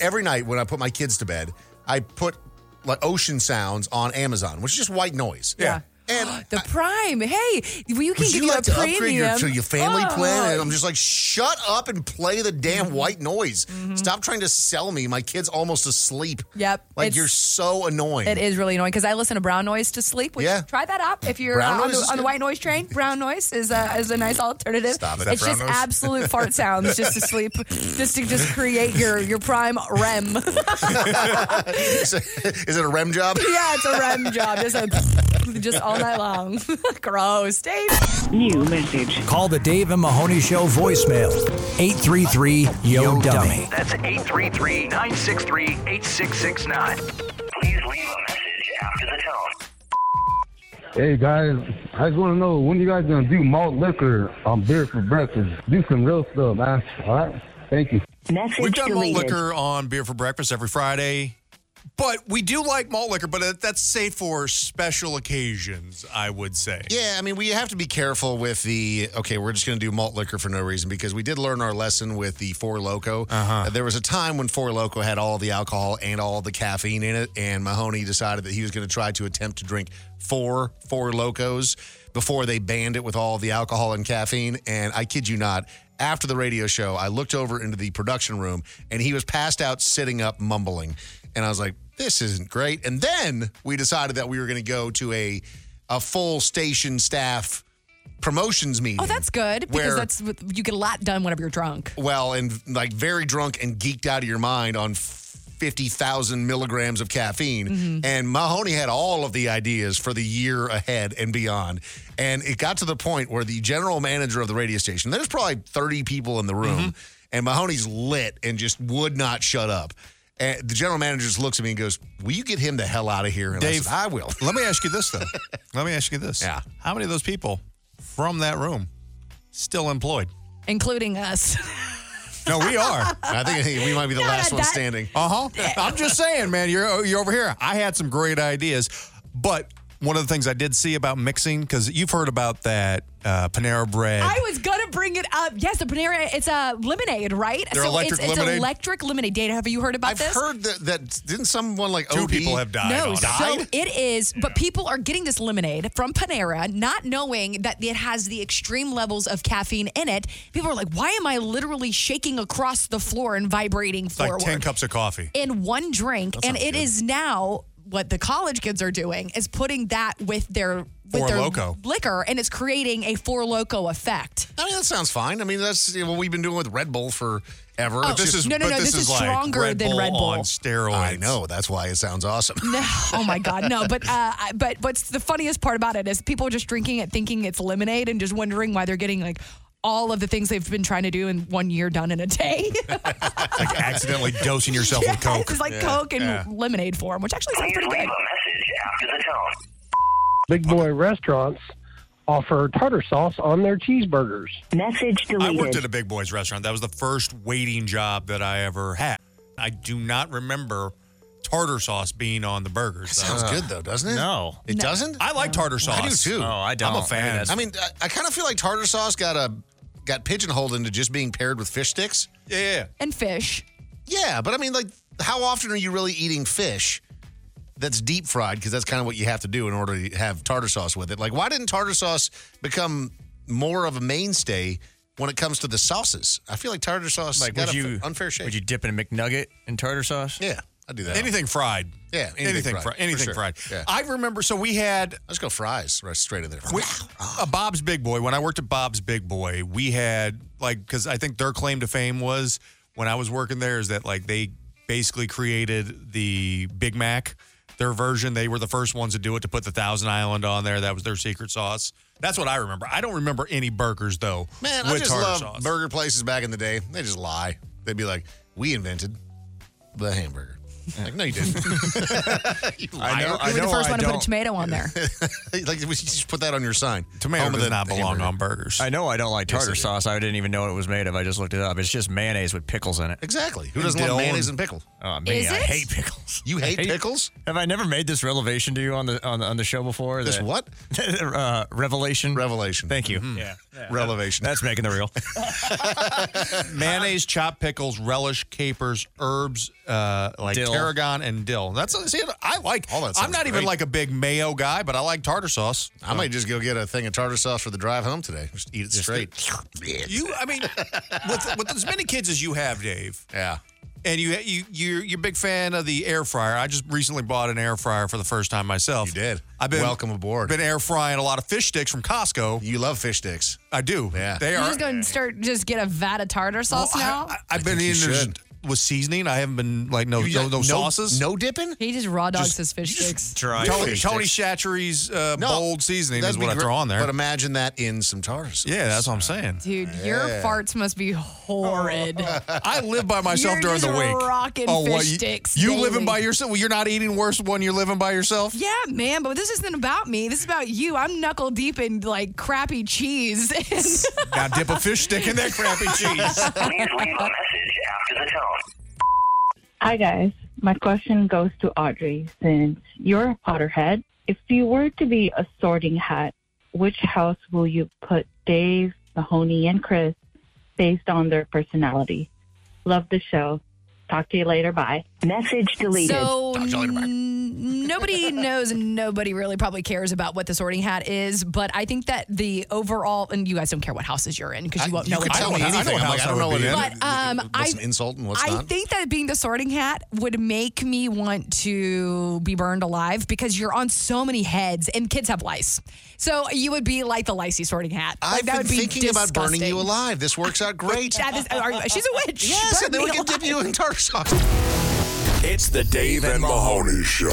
every night when I put my kids to bed, I put like ocean sounds on Amazon, which is just white noise. Yeah. And the Prime, hey, well, you can Would get you like a to upgrade premium your, to your family Oh. Mm-hmm. plan? And I'm just like, shut up and play the damn white noise. Stop trying to sell me. My kid's almost asleep. Yep, Like it's- you're so annoying. It is really annoying because I listen to brown noise to sleep. Which Yeah. try that out if you're Brown uh, on, noise the, is on the good. white noise train. Brown noise is a is a nice alternative. Stop it. Is that It's brown just noise? absolute fart sounds just to sleep, just to just create your your prime REM. is it a REM job? yeah, it's a REM job. Just a, just all night long. Gross, Dave. New message. Call the Dave and Mahoney Show voicemail 833 Yo Dummy. That's 833 963 8669. Please leave a message after the tone. Hey guys, I just want to know when you guys gonna do malt liquor on beer for breakfast. Do some real stuff, man. All right, thank you. We've done malt liquor on beer for breakfast every Friday, but we do like malt liquor, but uh, that's safe for special occasions, I would say. Yeah, I mean, we have to be careful with the okay. We're just going to do malt liquor for no reason because we did learn our lesson with the Four Loco. Uh, there was a time when Four Loco had all the alcohol and all the caffeine in it, and Mahoney decided that he was going to try to attempt to drink four Four Locos before they banned it with all the alcohol and caffeine. And I kid you not, after the radio show, I looked over into the production room and he was passed out, sitting up, mumbling. And I was like, this isn't great. And then we decided that we were going to go to a, a full station staff promotions meeting. Oh, that's good because Where- that's you get a lot done whenever you're drunk. well and like very drunk and geeked out of your mind on 50,000 milligrams of caffeine. Mm-hmm. Mhm. And Mahoney had all of the ideas for the year ahead and beyond. And it got to the point where the general manager of the radio station, there's probably 30 people in the room, Mm-hmm. and Mahoney's lit and just would not shut up. And the general manager just looks at me and goes, Will you get him the hell out of here? And Dave, I said, I will. Let me ask you this, though. Let me ask you this. Yeah. How many of those people from that room still employed? Including us. No, we are. I think we might be the No, last one that- standing. Uh huh. I'm just saying, man. You're oh, you're over here. I had some great ideas, but one of the things I did see about mixing because you've heard about that uh, Panera bread. I was gonna bring it up. Yes, the Panera. It's a lemonade, right? They're electric it's, lemonade? It's electric lemonade. Data. Have you heard about I've this? heard that, that didn't someone like Two OD? people have died No, on it. so it is, but people are getting this lemonade from Panera, not knowing that it has the extreme levels of caffeine in it. People are like, "Why am I literally shaking across the floor and vibrating It's like forward?" ten cups of coffee. in one drink, and it is now what the college kids are doing is putting that with their with Four their Loko. liquor, and it's creating a four loco effect. I mean, that sounds fine. I mean, that's you know, what we've been doing with Red Bull forever. Oh, But this is- no, no, but no, this this is is like stronger Red than Bull Red Bull. on steroids. I know. That's why it sounds awesome. No, oh my God, no! But uh, I- but what's the funniest part about it is people are just drinking it, thinking it's lemonade, and just wondering why they're getting like all of the things they've been trying to do in one year done in a day. like accidentally dosing yourself with Coke. it's like Coke in lemonade form, which actually sounds pretty good. Big boy restaurants offer tartar sauce on their cheeseburgers. Message I worked at a Big Boys restaurant. That was the first waiting job that I ever had. I do not remember tartar sauce being on the burgers. though. sounds good, though, doesn't it? No. It doesn't? I like tartar sauce. I do too. Oh, I don't. I'm a fan. That's- I mean, I, I kind of feel like tartar sauce got a got pigeonholed into just being paired with fish sticks. Yeah. And fish. Yeah, but I mean, like, how often are you really eating fish? That's deep fried because that's kind of what you have to do in order to have tartar sauce with it. Like, why didn't tartar sauce become more of a mainstay when it comes to the sauces? I feel like tartar sauce Like, got would a you- unfair shake. Would you dip in a McNugget and tartar sauce? Yeah, I do that. Anything fried. Yeah, anything, fried. anything fried. I remember. So we had. Let's go fries right straight in there. We, uh, Bob's Big Boy. When I worked at Bob's Big Boy, we had like because I think their claim to fame was when I was working there is that like they basically created the Big Mac, their version. They were the first ones to do it to put the Thousand Island on there. That was their secret sauce. That's what I remember. I don't remember any burgers though. Man, with I just tartar love sauce. burger places back in the day. They just lie. They'd be like, "We invented the hamburger." Like, no, you didn't. You I know. liar. I You were know. the first I one to put don't. a tomato on there. like, we should just put that on your sign. Tomato Home of does the not belong hamburger. on burgers. I know I don't like Yes, tartar I do. sauce. I didn't even know what it was made of. I just looked it up. It's just mayonnaise with pickles in it. Exactly. Who doesn't love mayonnaise and pickle? Oh, me. Is I it? hate pickles. You I hate pickles? Have I never made this revelation to you on the on the, on the show before? This that- what? uh, revelation. Revelation. Thank you. Mm-hmm. Mhm. Yeah. Revelation. That's making the real. mayonnaise, chopped pickles, relish, capers, herbs, uh, like Dill. tarragon and dill. That's see, I like. All that I'm sounds not even great. like a big mayo guy, but I like tartar sauce. I might just go get a thing of tartar sauce for the drive home today. Just eat it straight. You, I mean, with with as many kids as you have, Dave. Yeah. And you you you're, you're a big fan of the air fryer. I just recently bought an air fryer for the first time myself. You did. I've been Welcome aboard. Been air frying a lot of fish sticks from Costco. You love fish sticks. I do. Yeah. They You're are. just going to start just get a vat of tartar sauce now. I've been think you eating this should. with seasoning. I haven't been like no You no, like no no- sauces. no dipping. he just raw dogs his fish sticks. Try. Tony, Fish Tony sticks. Shachery's uh, No, bold seasoning is That'd be what I great, throw on there. But imagine that in some tartar sauce. yeah, that's what I'm saying. Dude, your Yeah. farts must Oh, be horrid. I live by myself You're during just the week. Oh, rocking fish you, sticks You daily. living by yourself? Well, you're not eating worse when you're living by yourself. yeah, man, but this isn't about me. This is about you. I'm knuckle deep in like crappy cheese. now dip a fish stick in that crappy cheese. Please leave a message after the tone. Hi, guys. My question goes to Audrey. Since you're a Potterhead, if you were to be a sorting hat, which house will you put Dave, Mahoney, and Chris based on their personality? Love the show. Talk to you later. Bye. Message deleted. So n- nobody knows and nobody really probably cares about what the sorting hat is, but I think that the overall and you guys don't care what houses you're in because you won't know could what tell me house- anything. I'm like, I don't know what it is. But um, What's I an insult and what's I not? think that being the sorting hat would make me want to be burned alive because you're on so many heads and kids have lice. So you would be like the licey sorting hat. Like, I've that been would be thinking about burning you alive. This works out great. That is- are- she's a witch. Yes, Burn and then me we can dip you in tartar sauce. It's the Dave and Mahoney Show.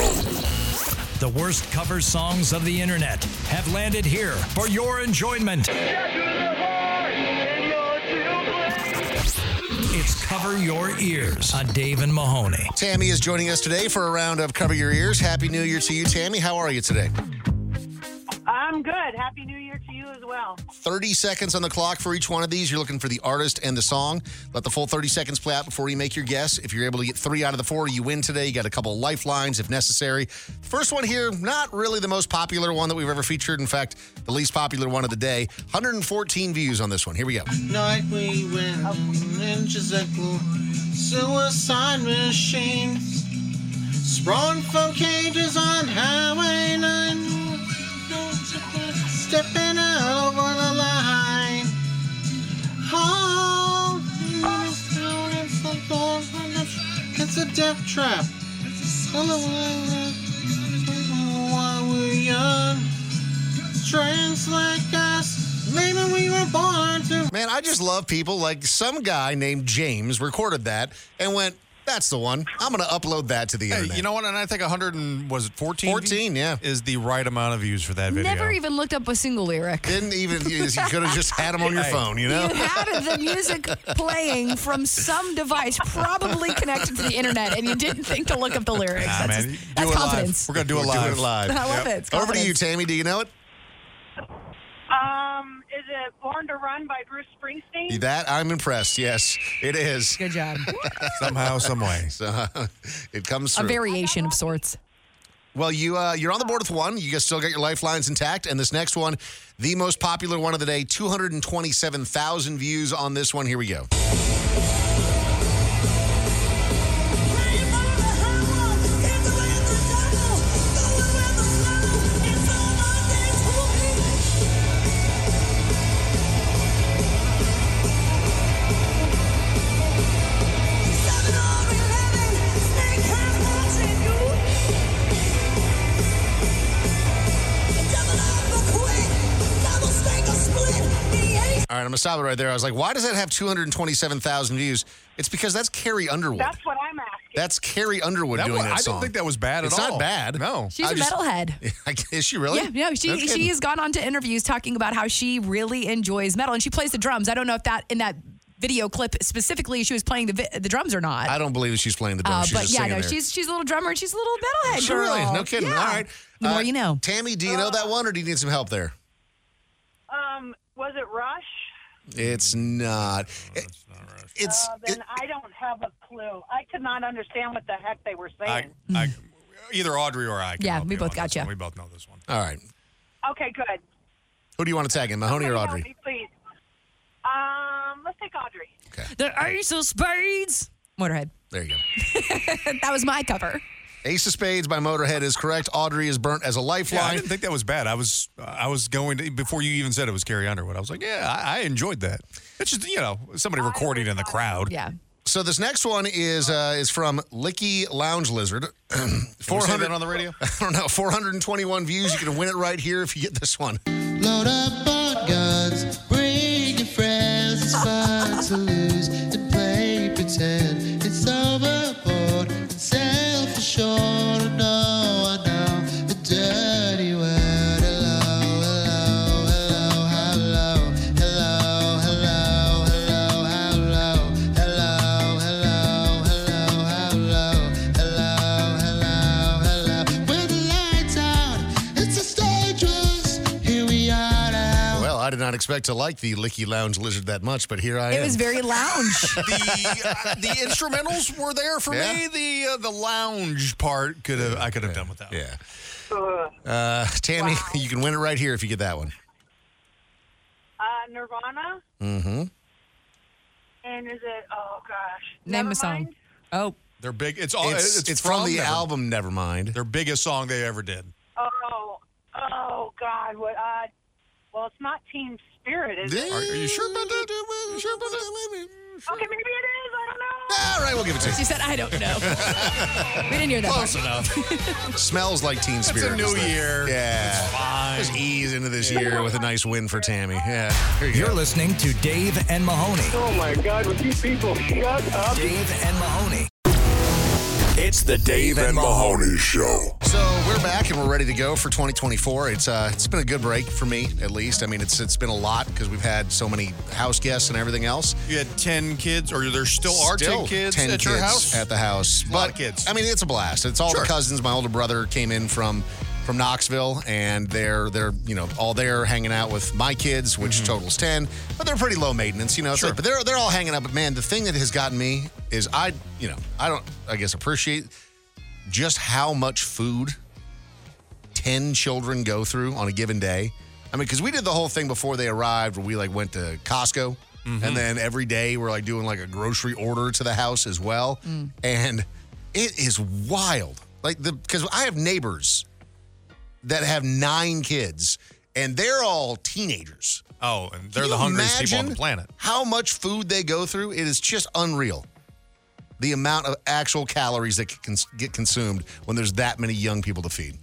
The worst cover songs of the internet have landed here for your enjoyment. It's Cover Your Ears on Dave and Mahoney. Tammy is joining us today for a round of Cover Your Ears. Happy New Year to you, Tammy. How are you today? I'm good. Happy New Year to you as well. 30 seconds on the clock for each one of these. You're looking for the artist and the song. Let the full 30 seconds play out before you make your guess. If you're able to get three out of the four, you win today. You got a couple of lifelines if necessary. First one here, not really the most popular one that we've ever featured. In fact, the least popular one of the day. 114 views on this one. Here we go. Night we went inches echo, suicide machines, sprung from cages on Highway 9, stepping out over the line. Oh, it's down in some door, it's a death trap. Hello, why we're young, trains like us, maybe we were born to Man, I just love people like some guy named James recorded that and went, that's the one. I'm going to upload that to the Hey, internet. you know what? And I think 100 and was it 14? 14, yeah. Is the right amount of views for that video. Never even looked up a single lyric. Didn't even, you could've just had 'em on your phone, you know? You had the music playing from some device, probably connected to the internet, and you didn't think to look up the lyrics. Nah, that's man, you that's do it live. confidence. We're gonna do it live. I love it. It's Over to you, confidence. Tammy. Do you know it? Um, is it Born to Run by Bruce Springsteen? That I'm impressed. Yes, it is. Good job. Somehow, some way, so, it comes A through. variation of sorts. well, you uh, you're on the board with one. You guys still got your lifelines intact. And this next one, the most popular one of the day, 227,000 views on this one. Here we go. All right, I'm gonna stop it right there. I was like, why does that have 227,000 views? It's because that's Carrie Underwood. That's, That's what I'm asking. Carrie Underwood That doing one- I that don't song. think that was bad at it's all. not bad. No, She's a metalhead. is she really? Yeah, no, she Oh, kidding. she has gone on to interviews talking about how she really enjoys metal and she plays the drums. I don't know if that in that video clip specifically she was playing the vi- the drums or not. I don't believe she's playing the Uh, drums. Oh, she's but just yeah, singing no, there. she's she's a little drummer and she's a little metalhead. She really is. girl. No kidding. uh, Yeah. All right. The more you know. Uh, Tammy, do you know that one or do you need some help there? Um, was it Rush? It's not. It- It's uh, then I don't have a clue. I could not understand what the heck they were saying. I, either Audrey or I. Can Yeah, help we you both on got this one. you. We both know this one. all right. okay, good. Who do you want to tag in, Mahoney or Help Audrey? me, please. Um, let's take Audrey. The Ace of Spades. Motorhead. There you go. that was my cover. Ace of Spades by Motorhead is correct. Audrey is burnt as a lifeline. Yeah, I didn't think that was bad. I was I was going to before you even said it was Carrie Underwood. I was like, yeah, I, I enjoyed that. It's just you know somebody recording in the crowd. Yeah. So this next one is uh, is from Licky Lounge Lizard. Four hundred on the radio. I don't know. Four hundred and twenty one views. You can win it right here if you get this one. Load up on guns, bring your friends. It's fun to lose and play pretend. It's overboard and self assured. I know, I know a dirty word. Hello, hello, hello, hello, hello, hello, hello, hello, hello, hello, hello, hello, hello, hello, hello. With the lights out, it's a dangerous. Here we are now. Well, I did not expect to like the Licky Lounge Lizard that much, but here I am. It was very lounge. the uh, the instrumentals were there for Yeah. me. The uh, the lounge part could have I could have done without. Yeah. Uh, Tammy, you can win it right here if you get that one. Uh, Nirvana. Mm-hmm. And is it? Oh gosh. Name Never a song. mind. Oh, Their big. It's all. It's- It's, it's from the album Nevermind. Their biggest song they ever did. Oh, oh God! What? Uh, well, it's not Team Spirit, is it? Are- are you sure about that? You sure about that? Okay, maybe it is. I don't know. All right, we'll give it to you. She said, I don't know. we didn't hear that. Close part. enough. Smells like Teen It's a Spirit. new was the- year. Yeah. It's fine. Just ease into this year with a nice win for Tammy. Yeah. Here you You're listening to Dave and Mahoney. Oh my God, with these people, shut up. Dave and Mahoney. It's the Dave and Mahoney Show. So we're back and we're ready to go for 2024. It's uh, it's been a good break for me, at least. I mean, it's it's been a lot because we've had so many house guests and everything else. You had ten kids, or there still are ten kids 10 at your kids house. At the house, but kids. I mean, it's a blast. It's all Sure. the cousins. My older brother came in from from Knoxville, and they're they're you know all there hanging out with my kids, Mm-hmm. which totals ten. But they're pretty low maintenance, you know. it's like- but they're they're all hanging out. But man, the thing that has gotten me is I you know I don't I guess appreciate just how much food 10 children go through on a given day. I mean, because we did the whole thing before they arrived where we like went to Costco Mm-hmm. and then every day we're like doing like a grocery order to the house as well. Mm. And it is wild. Like the, because I have neighbors that have nine kids and they're all teenagers. Oh, and Can they're you the hungriest people on the imagine planet. How much food they go through, it is just unreal. The amount of actual calories that can cons- get consumed when there's that many young people to feed.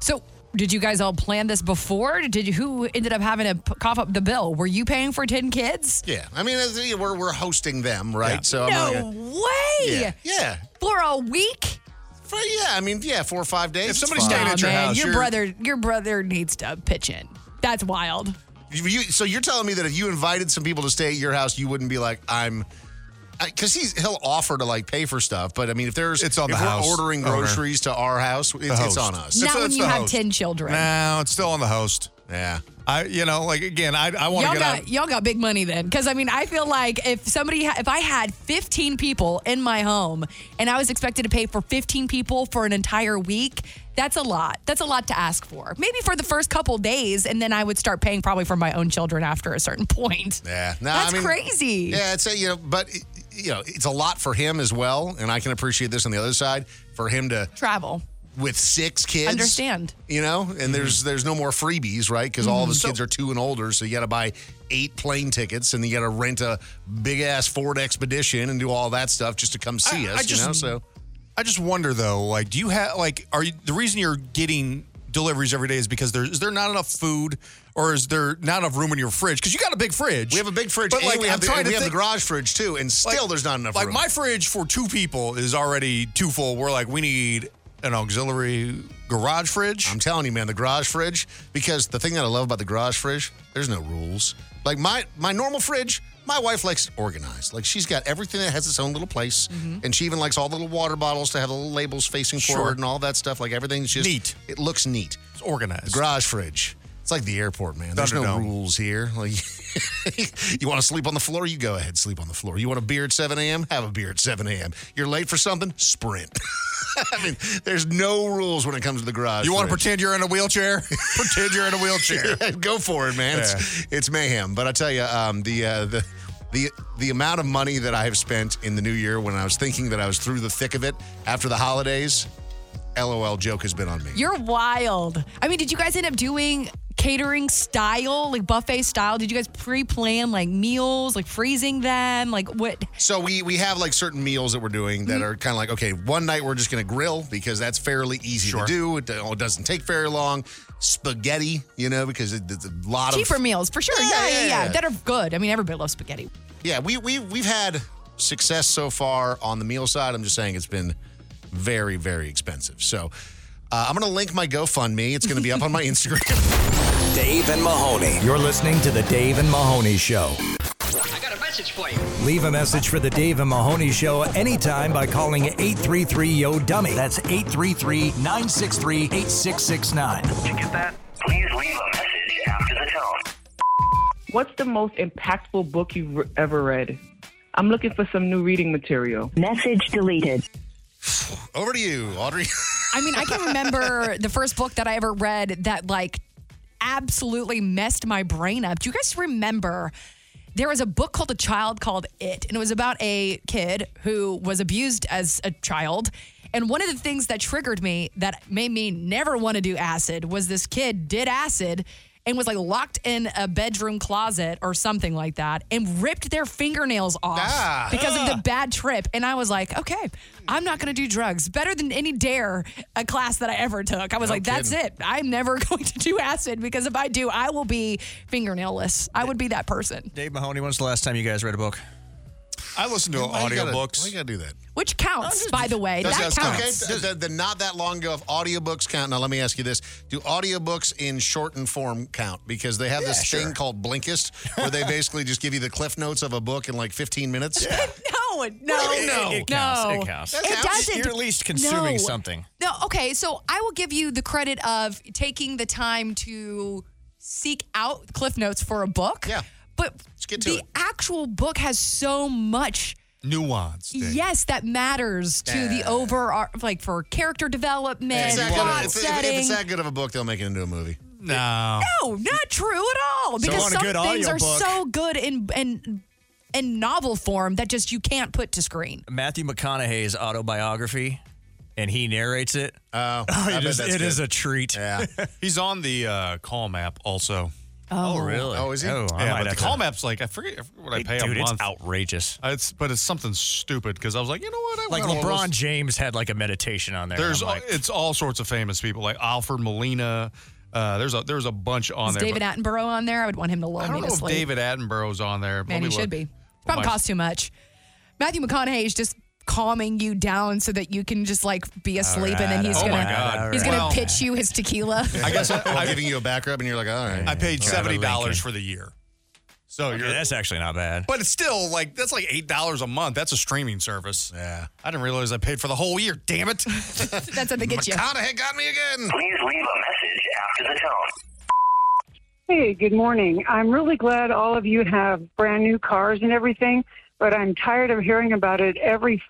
So, did you guys all plan this before? Did you, who ended up having to p- cough up the bill? Were you paying for ten kids? Yeah, I mean, it's- yeah, we're we're hosting them, right? So no I'm like, way. yeah, yeah, For a week? For- yeah. I mean, yeah, four or five days. If it's somebody's fine. staying Aw, at your man, house, your you're- brother, your brother needs to pitch in. That's wild. You- you- so you're telling me that if you invited some people to stay at your house, you wouldn't be like, I'm. Because he's he'll offer to like pay for stuff, but I mean if there's It's on if the we're house ordering owner. groceries to our house, it's, The it's host. on us. Not when you have ten children. No, it's still on the host. Yeah. I, you know, like again, I, I want to Y'all get got out. y'all got big money then, because I mean, I feel like if somebody, ha- if I had 15 people in my home and I was expected to pay for 15 people for an entire week, that's a lot. That's a lot to ask for. Maybe for the first couple days, and then I would start paying probably for my own children after a certain point. Yeah, no, That's I mean, crazy. Yeah, it's a, you know, but it, you know, it's a lot for him as well, and I can appreciate this on the other side for him to Travel. with six kids. Understand. You know, and Mm-hmm. there's there's no more freebies, right? Because all of his kids are two and older, so you got to buy eight plane tickets, and you got to rent a big ass Ford Expedition and do all that stuff just to come see us. I just, you know, so I just wonder though, like, do you have like, are you the reason you're getting deliveries every day is because there is there not enough food, or is there not enough room in your fridge? Because you got a big fridge. we have a big fridge, But, and like, we, I'm have the, trying and to we have the think- garage fridge too, and still Like- there's not enough. Like room. my fridge for two people is already too full. We're like, we need an auxiliary garage fridge. I'm telling you, man, the garage fridge. Because the thing that I love about the garage fridge, there's no rules. Like my my normal fridge, my wife likes it organized. Like she's got everything that has its own little place, and she even likes all the little water bottles to have the little labels facing Mm-hmm. Sure. forward and all that stuff. Like everything's just Neat. It looks neat. It's The organized. garage fridge. It's like the airport, man. There's no Thunderdome. rules here. Like you want to sleep on the floor, you go ahead sleep on the floor. You want a beer at 7 a.m., have a beer at 7 a.m. You're late for something, sprint. I mean, there's no rules when it comes to the garage. You want to fridge. pretend you're in a wheelchair? pretend you're in a wheelchair. Yeah, go for it, man. It's it's mayhem. But I tell you, um, the uh, the. The, the amount of money that I have spent in the new year when I was thinking that I was through the thick of it after the holidays, LOL joke has been on me. You're wild. I mean, did you guys end up doing catering style, like buffet style? Did you guys pre-plan like meals, like freezing them, like what? So we we have like certain meals that we're doing Mm-hmm. that are kind of like okay, one night we're just gonna grill because that's fairly easy Sure. to do. It, do- it doesn't take very long. Spaghetti, you know, because it, it's a lot Cheaper of meals for sure. Yeah, Yeah yeah, yeah, yeah, yeah. that are good. I mean, everybody loves spaghetti. yeah, we we we've had success so far on the meal side. I'm just saying it's been very very expensive. So uh, I'm gonna link my GoFundMe. It's gonna be up on my Instagram. Dave and Mahoney. You're listening to the Dave and Mahoney Show. I got a message for you. Leave a message for the Dave and Mahoney Show anytime by calling 833 Yo Dummy. That's 833 963 8669. Did you get that? Please leave a message after the tone. What's the most impactful book you've re- ever read? I'm looking for some new reading material. Message deleted. Over to you, Audrey. I mean, I can remember the first book that I ever read that like absolutely messed my brain up. Do you guys remember There was a book called A Child Called It, and it was about a kid who was abused as a child. And one of the things that triggered me that made me never want to do acid was this kid did acid and was like locked in a bedroom closet or something like that and ripped their fingernails off Ah. because of Ah. the bad trip. And I was like, okay, I'm not going to do drugs. Better than any dare a class that I ever took. I was No like, that's kidding. it. I'm never going to do acid because if I do, I will be fingernailless. I would be that person. Dave Mahoney, when's the last time you guys read a book? I listen to Why you gotta- audiobooks. Why you gotta do that? Which counts, by the way. Does- That does- counts. Okay, the, the- the not that long ago, if audiobooks count, now let me ask you this. Do audiobooks in shortened form count? Because they have this thing called Blinkist where they basically just give you the cliff notes of a book in like 15 minutes. No, Oh, no, It- no, it- it counts, no. it counts. It That counts. doesn't. You're at least consuming No. something. No, okay. So I will give you the credit of taking the time to seek out Cliff Notes for a book. Yeah. But the actual book has so much. Nuance. Dave. Yes, that matters to the Yeah. over, uh, like for character development, If it's that good plot of- if, if- if setting. it's that good of a book, they'll make it into a movie. No. No, not true at all. So Because on a some good things are audiobook- so good in in in novel form that just you can't put to screen. Matthew McConaughey's autobiography, and he narrates it. Oh, it I bet is- that's it good. is a treat. Yeah. He's on the uh, call map also. Oh. Oh, really? Oh, is he? Yeah, Oh, I might but the have to- call map's like I forget, I forget what I Hey, pay dude, a it's month. outrageous. It's but it's something stupid because I was like, you know what? I Like want one of LeBron those- James had like a meditation on there. and There's I'm all, like, it's all sorts of famous people like Alfred Molina. Uh, there's a there's a bunch on Is there. David but Attenborough on there? I would want him to lull I me don't know to if sleep. David Attenborough's on there. Man, Let he me should look. be. Probably my- costs too much. Matthew McConaughey is just calming you down so that you can just like be asleep and then right, he's all gonna oh right, all right. he's gonna Well- pitch you his tequila. I guess I'm giving you a back rub and you're like, all right. I paid Trevor seventy dollars Lincoln. for the year. So you're that's actually not bad. But it's still like that's like eight dollars a month. That's a streaming service. Yeah, I didn't realize I paid for the whole year. Damn it! That's how they get you. McConaughey got me again. Please leave a message after the tone. Hey, good morning. I'm really glad all of you have brand new cars and everything, but I'm tired of hearing about it every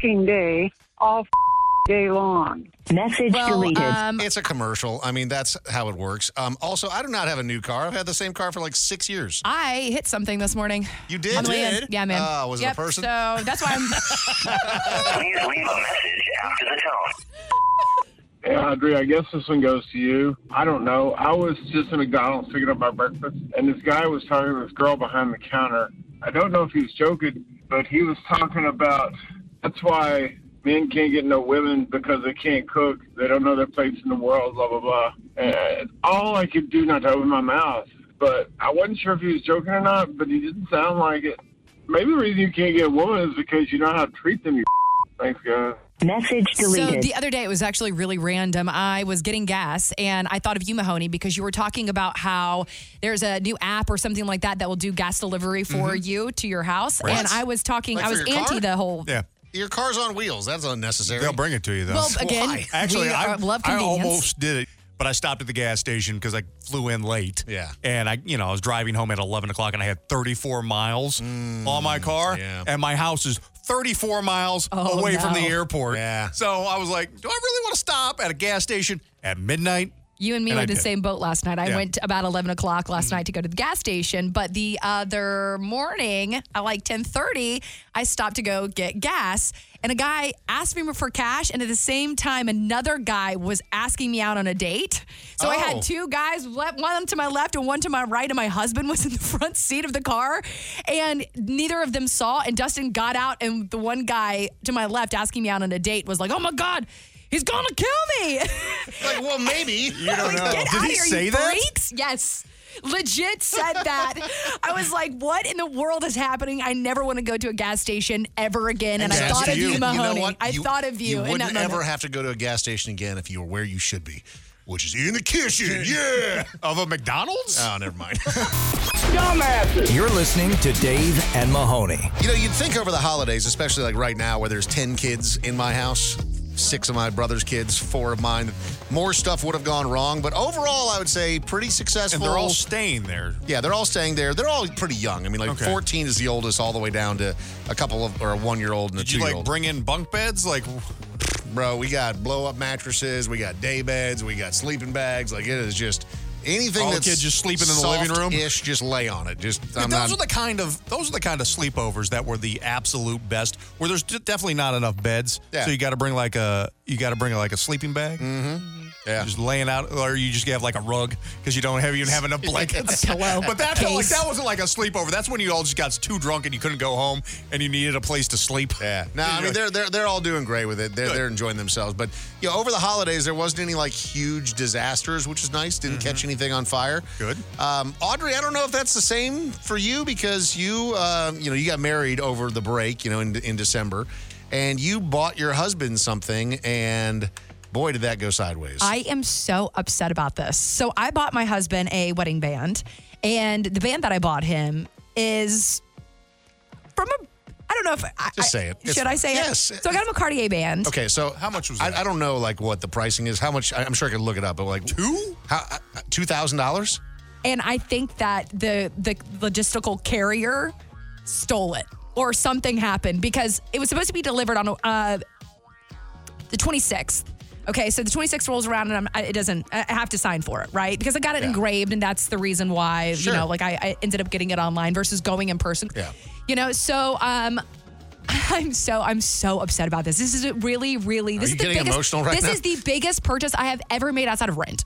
fing day, all f***ing day long. Message uh, it's a commercial. I mean, that's how it works. Um, also, I do not have a new car. I've had the same car for like six years. I hit something this morning. You did? On the way in. Did? Yeah, man. Ah, was it a Yep, person? So that's why I'm Please leave a message after the tone. Hey, Audrey, I guess this one goes to you. I don't know. I was just in McDonald's picking up my breakfast, and this guy was talking to this girl behind the counter. I don't know if he was joking, but he was talking about that's why men can't get no women because they can't cook. They don't know their place in the world, blah, blah, blah. And all I could do not to open my mouth, but I wasn't sure if he was joking or not, but he didn't sound like it. Maybe the reason you can't get a woman is because you know how to treat them, you Thanks, guys. Message So the other day, it was actually really random. I was getting gas, and I thought of you, Mahoney, because you were talking about how there's a new app or something like that that will do gas delivery for you to your house. Right. And I was talking, Mm-hmm. Like I for was your anti car? the whole. Yeah. Your car's on wheels. That's unnecessary. They'll bring it to you though. Well, again, Why? Actually, we I, are- love I convenience. almost did it, but I stopped at the gas station because I flew in late. Yeah. And I, you know, I was driving home at 11 o'clock and I had 34 miles on my car. yeah. And my house is 34 miles Oh, away from no. the airport. Yeah. So I was like, do I really want to stop at a gas station at midnight? You and me And were I in the did. same boat last night. I Yeah. Mm-hmm. went about eleven o'clock last night to go to the gas station, but the other morning, at like ten thirty, I stopped to go get gas, and a guy asked me for cash, and at the same time, another guy was asking me out on a date. So I Oh. had two guys, le- one to my left and one to my right, and my husband was in the front seat of the car, and neither of them saw. And Dustin got out, and the one guy to my left asking me out on a date was like, "Oh my god." He's gonna kill me. like, well, maybe. You don't know. Get Did out of he here, say you that? freaks. Yes. Legit said that. I was like, what in the world is happening? I never want to go to a gas station ever again. And, I that's thought to of you, And Mahoney. know what? I You- thought of you. You in wouldn't that ever moment. have to go to a gas station again if you were where you should be, which is in the kitchen. Yeah. of a McDonald's? Oh, never mind. You're listening to Dave and Mahoney. You know, you'd think over the holidays, especially like right now, where there's 10 kids in my house, six of my brother's kids, four of mine, more stuff would have gone wrong. But overall, I would say pretty successful. And they're all staying there. Yeah, they're all staying there. They're all pretty young. I mean, like Okay. 14 is the oldest, all the way down to a couple of, or a one year old and a Did two you year like old. bring in bunk beds? Like, Bro, we got blow up mattresses, we got day beds, we got sleeping bags. Like, it is just Anything All the that's kids just sleeping in the living room? Ish, just lay on it. Just Yeah, I'm those not, are the kind of those are the kind of sleepovers that were the absolute best. Where there's d- definitely not enough beds, Yeah. so you got to bring like a you got to bring like a sleeping bag. Mm-hmm. Yeah, just laying out, or you just have like a rug because you don't have you don't have enough blankets. A pillow. But that felt like Case. that wasn't like a sleepover. That's when you all just got too drunk and you couldn't go home and you needed a place to sleep. Yeah. No, I mean they're they're they're all doing great with it. They're they're enjoying themselves. But you know, over the holidays there wasn't any like huge disasters, which is nice. Didn't Mm-hmm. catch anything on fire. Good. Um, Audrey, I don't know if that's the same for you because you um, you know you got married over the break, you know, in in December, and you bought your husband something, and boy, did that go sideways. I am so upset about this. So I bought my husband a wedding band, and the band that I bought him is from a. I don't know if I, Just say it. should I say yes. it. So I got him a Cartier band. Okay, so how much was that? I, I don't know, like what the pricing is. How much? I, I'm sure I could look it up, but like two, how uh, two thousand dollars? and I think that the the logistical carrier stole it or something happened because it was supposed to be delivered on uh, the 26th. Okay, so the 26th rolls around and I'm, I, it doesn't. I I have to sign for it, right? Because I got it Yeah. engraved, and that's the reason why Sure. you know, like I, I ended up getting it online versus going in person. Yeah. You know, so um, I'm so I'm so upset about this. This is really, really. This you is the getting biggest, emotional right This now? is the biggest purchase I have ever made outside of rent.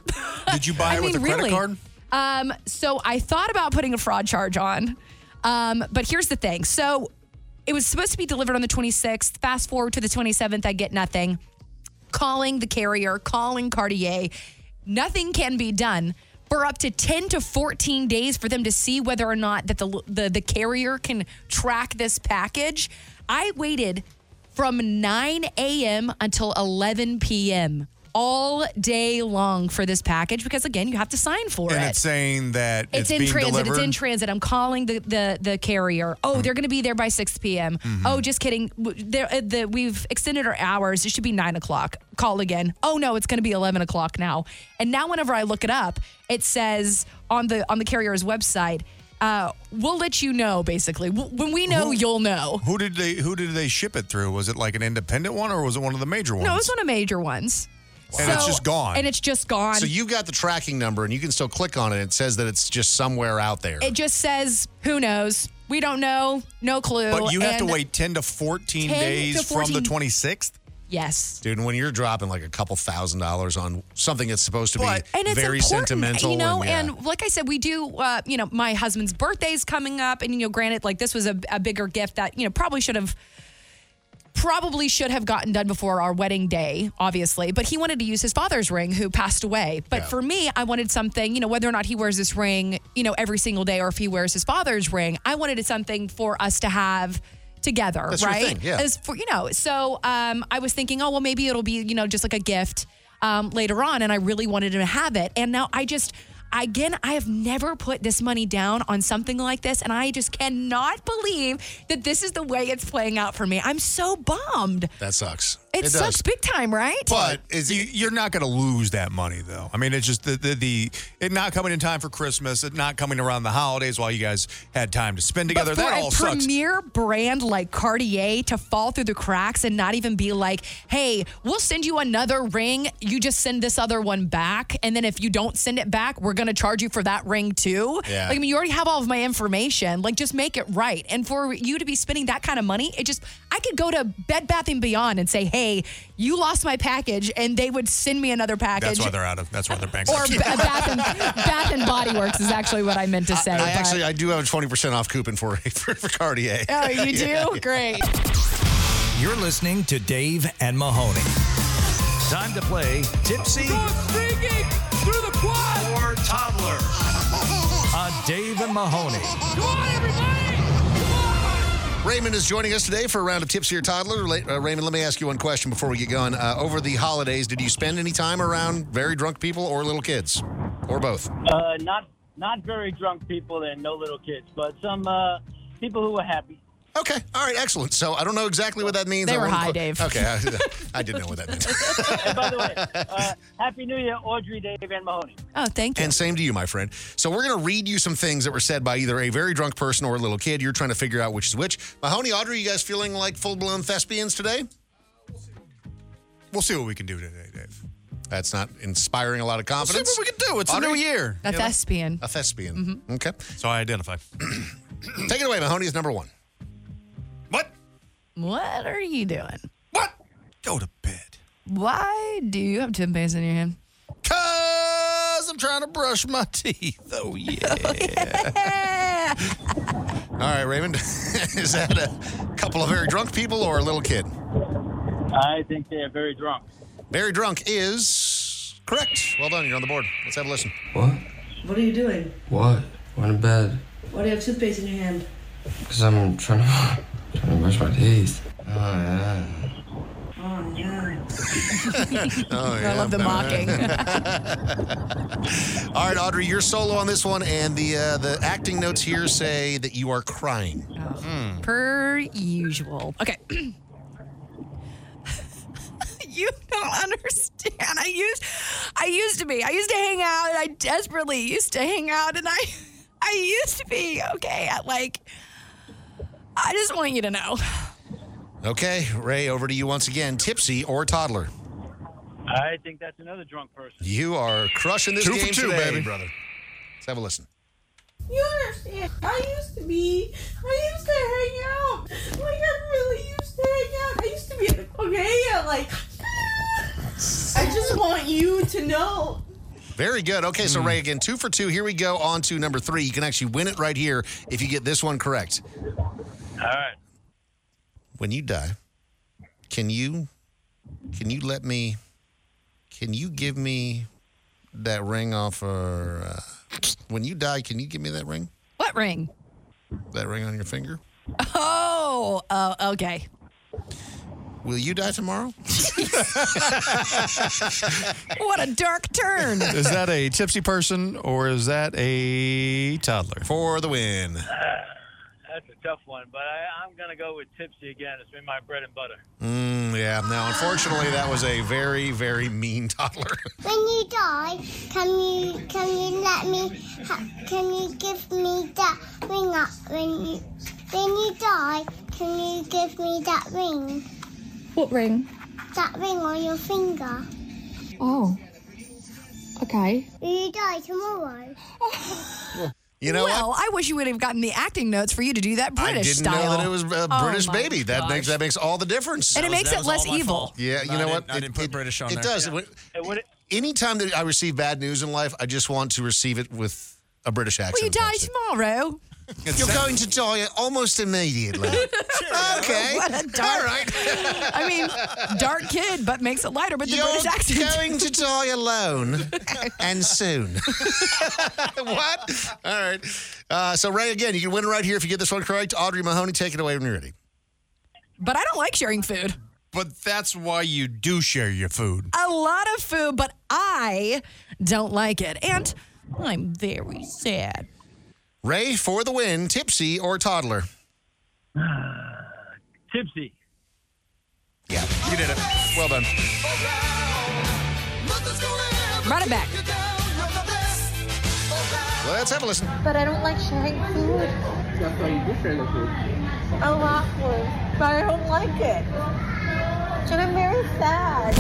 Did you buy I it with mean, a credit really. card? Um, so I thought about putting a fraud charge on. Um, but here's the thing. So it was supposed to be delivered on the 26th. Fast forward to the 27th, I get nothing. Calling the carrier, calling Cartier. Nothing can be done for up to 10 to 14 days for them to see whether or not that the the, the carrier can track this package. I waited from 9 a.m. until 11 p.m. all day long for this package because again, you have to sign for And it. it's saying that It's, it's, in being transit. Delivered. It's in transit. I'm calling the the, the carrier. Oh, Mm-hmm. they're going to be there by 6 p.m. Mhm. Oh, just kidding. W- They're, uh, the, we've extended our hours. It should be 9 o'clock. Call again. Oh, no, it's going to be 11 o'clock now. And now whenever I look it up, it says on the on the carrier's website, uh, we'll let you know, basically. W- When we know, you'll know. Who did they Who did they ship it through? Was it like an independent one or was it one of the major ones? No, it's one of major ones. And it's just gone. And it's just gone. So you got the tracking number, and you can still click on it. It says that it's just somewhere out there. it just says, who knows? We don't know. No clue. But you have to And- wait 10 to 10 14 to days from 14 the 26th? Yes. Dude, and when you're dropping like a couple thousand dollars on something that's supposed to be But- and it's very important, sentimental, you know. yeah. And, like I said, we do. Uh, you know, my husband's birthday's coming up, and you know, granted, like this was a, a bigger gift that you know probably should have probably should have gotten done before our wedding day, obviously. But he wanted to use his father's ring, who passed away. But for me, I wanted something. You know, whether or not he wears this ring, you know, every single day, or if he wears his father's ring, I wanted it something for us to have. Together, That's your right? thing, yeah. As for you know, so um, I was thinking, oh well, maybe it'll be you know just like a gift um, later on, and I really wanted him to have it, and now I just. Again, I have never put this money down on something like this, and I just cannot believe that this is the way it's playing out for me. I'm so bummed. that sucks. It, sucks big time, right? But is you, you're not going to lose that money, though. I mean, it's just the, the the it not coming in time for Christmas, it not coming around the holidays while you guys had time to spend together. for That all a sucks. premier brand like Cartier to fall through the cracks and not even be like, "Hey, we'll send you another ring. You just send this other one back, and then if you don't send it back, we're gonna charge you for that ring too." Yeah. Like, I mean, you already have all of my information. Like, just make it right. And for you to be spending that kind of money, it just I could go to Bed Bath and Beyond and say, "Hey, you lost my package," and they would send me another package. That's why they're out of. That's why they're or bankrupt. B- Bath and Bath and Body Works is actually what I meant to say. I but- actually, I do have a 20% off coupon for, for, for Cartier. Oh, you do? Yeah. Great. You're listening to Dave and Mahoney. Time to play Tipsy Thinking through the quad. or Toddler on Dave and Mahoney. Raymond is joining us today for a round of tips here, toddler. La- Uh, Raymond, let me ask you one question before we get going. Uh, over the holidays, did you spend any time around very drunk people or little kids, or both? Uh, not not very drunk people and no little kids, but some uh, people who were happy. Okay. All right. Excellent. So I don't know exactly what that means. They I were wouldn't high, qu- Dave. Okay. I, I didn't know what that meant. and by the way, uh, Happy New Year, Audrey, Dave, and Mahoney. Oh, thank And same to you, my friend. So we're going to read you some things that were said by either a very drunk person or a little kid. You're trying to figure out which is which. Mahoney, Audrey, you guys feeling like full blown thespians today? We'll see what we can do today, Dave. That's not inspiring a lot of confidence. what we can do. Oh, It's a Audrey? new year. A You know? thespian. A thespian. Mhm. Okay. Mm-hmm. So I identify. Take it away. Mahoney is number one. What are you doing? Go to Why do you have toothpaste in your hand? Cause I'm trying to brush my teeth. Oh yeah. All right, Raymond. is that a couple of very drunk people or a little kid? I think they are very drunk. Very drunk is correct. Well done. You're on the board. Let's have a listen. What? What are you doing? What? We're in bed. Why do you have toothpaste in your hand? Because I'm trying to, trying to brush my teeth. Oh, yeah. Oh, yeah. Oh, yeah, All right, Audrey, you're solo on this one, and the uh, the acting notes here say that you are crying. Per usual. Okay. you don't understand. I used I used to be. I used to hang out. I desperately used to hang out and I I used to be okay at like I just want you to know. Okay, Ray, over to you once again. Tipsy or toddler? I think that's another drunk person. You are crushing this Two for game two, today, baby. brother. Let's have a listen. You understand? I used to be. I used to hang out. Like I really used to hang out. I used to be okay. yeah, Like I just want you to know. Very good. Okay, so Hmm. Ray again, two for two. Here we go on to number three. You can actually win it right here if you get this one correct. All right. When you die, can you can you let me can you give me that ring off or uh, when you die, can you give me that ring? What ring? That ring on your finger? Oh, oh okay. Will you die tomorrow? What a dark turn. Is that a tipsy person or is that a toddler? For the win. That's a tough one, but I, I'm going to go with tipsy again. It's been my bread and butter. Mm, yeah. Now, unfortunately, that was a very, very mean toddler. When you die, can you can you let me? Ha- can you give me that ring up when you when you die? Can you give me that ring? What ring? That ring on your finger. Oh. Okay. When you die tomorrow. You know well, what? I wish you would have gotten the acting notes for you to do that British I didn't style. know that it was a Oh British my baby. That gosh. makes that makes all the difference. And it That was- makes that it was less all my evil. fault. Yeah, you I know didn't- what? I didn't put British on it there. does. Yeah. When- Anytime that I receive bad news in life, I just want to receive it with a British accent. Will you die tomorrow? You're going to die almost immediately. okay. What a dark. All right. I mean, dark kid, but makes it lighter with the You're British accent. going to die alone and soon. what? All right. Uh, so, Ray, again, you can win right here if you get this one correct. Audrey Mahoney, take it away when you're ready. But I don't like sharing food. But that's why you do share your food. A lot of food, but I don't like it. And I'm very sad. Ray for the win, tipsy or toddler? Tipsy. Yeah, you did it. Well done. Run it back. Let's have a listen. But I don't like sharing food. That's why you do share the food. I want one, but I don't like it. And I'm very sad.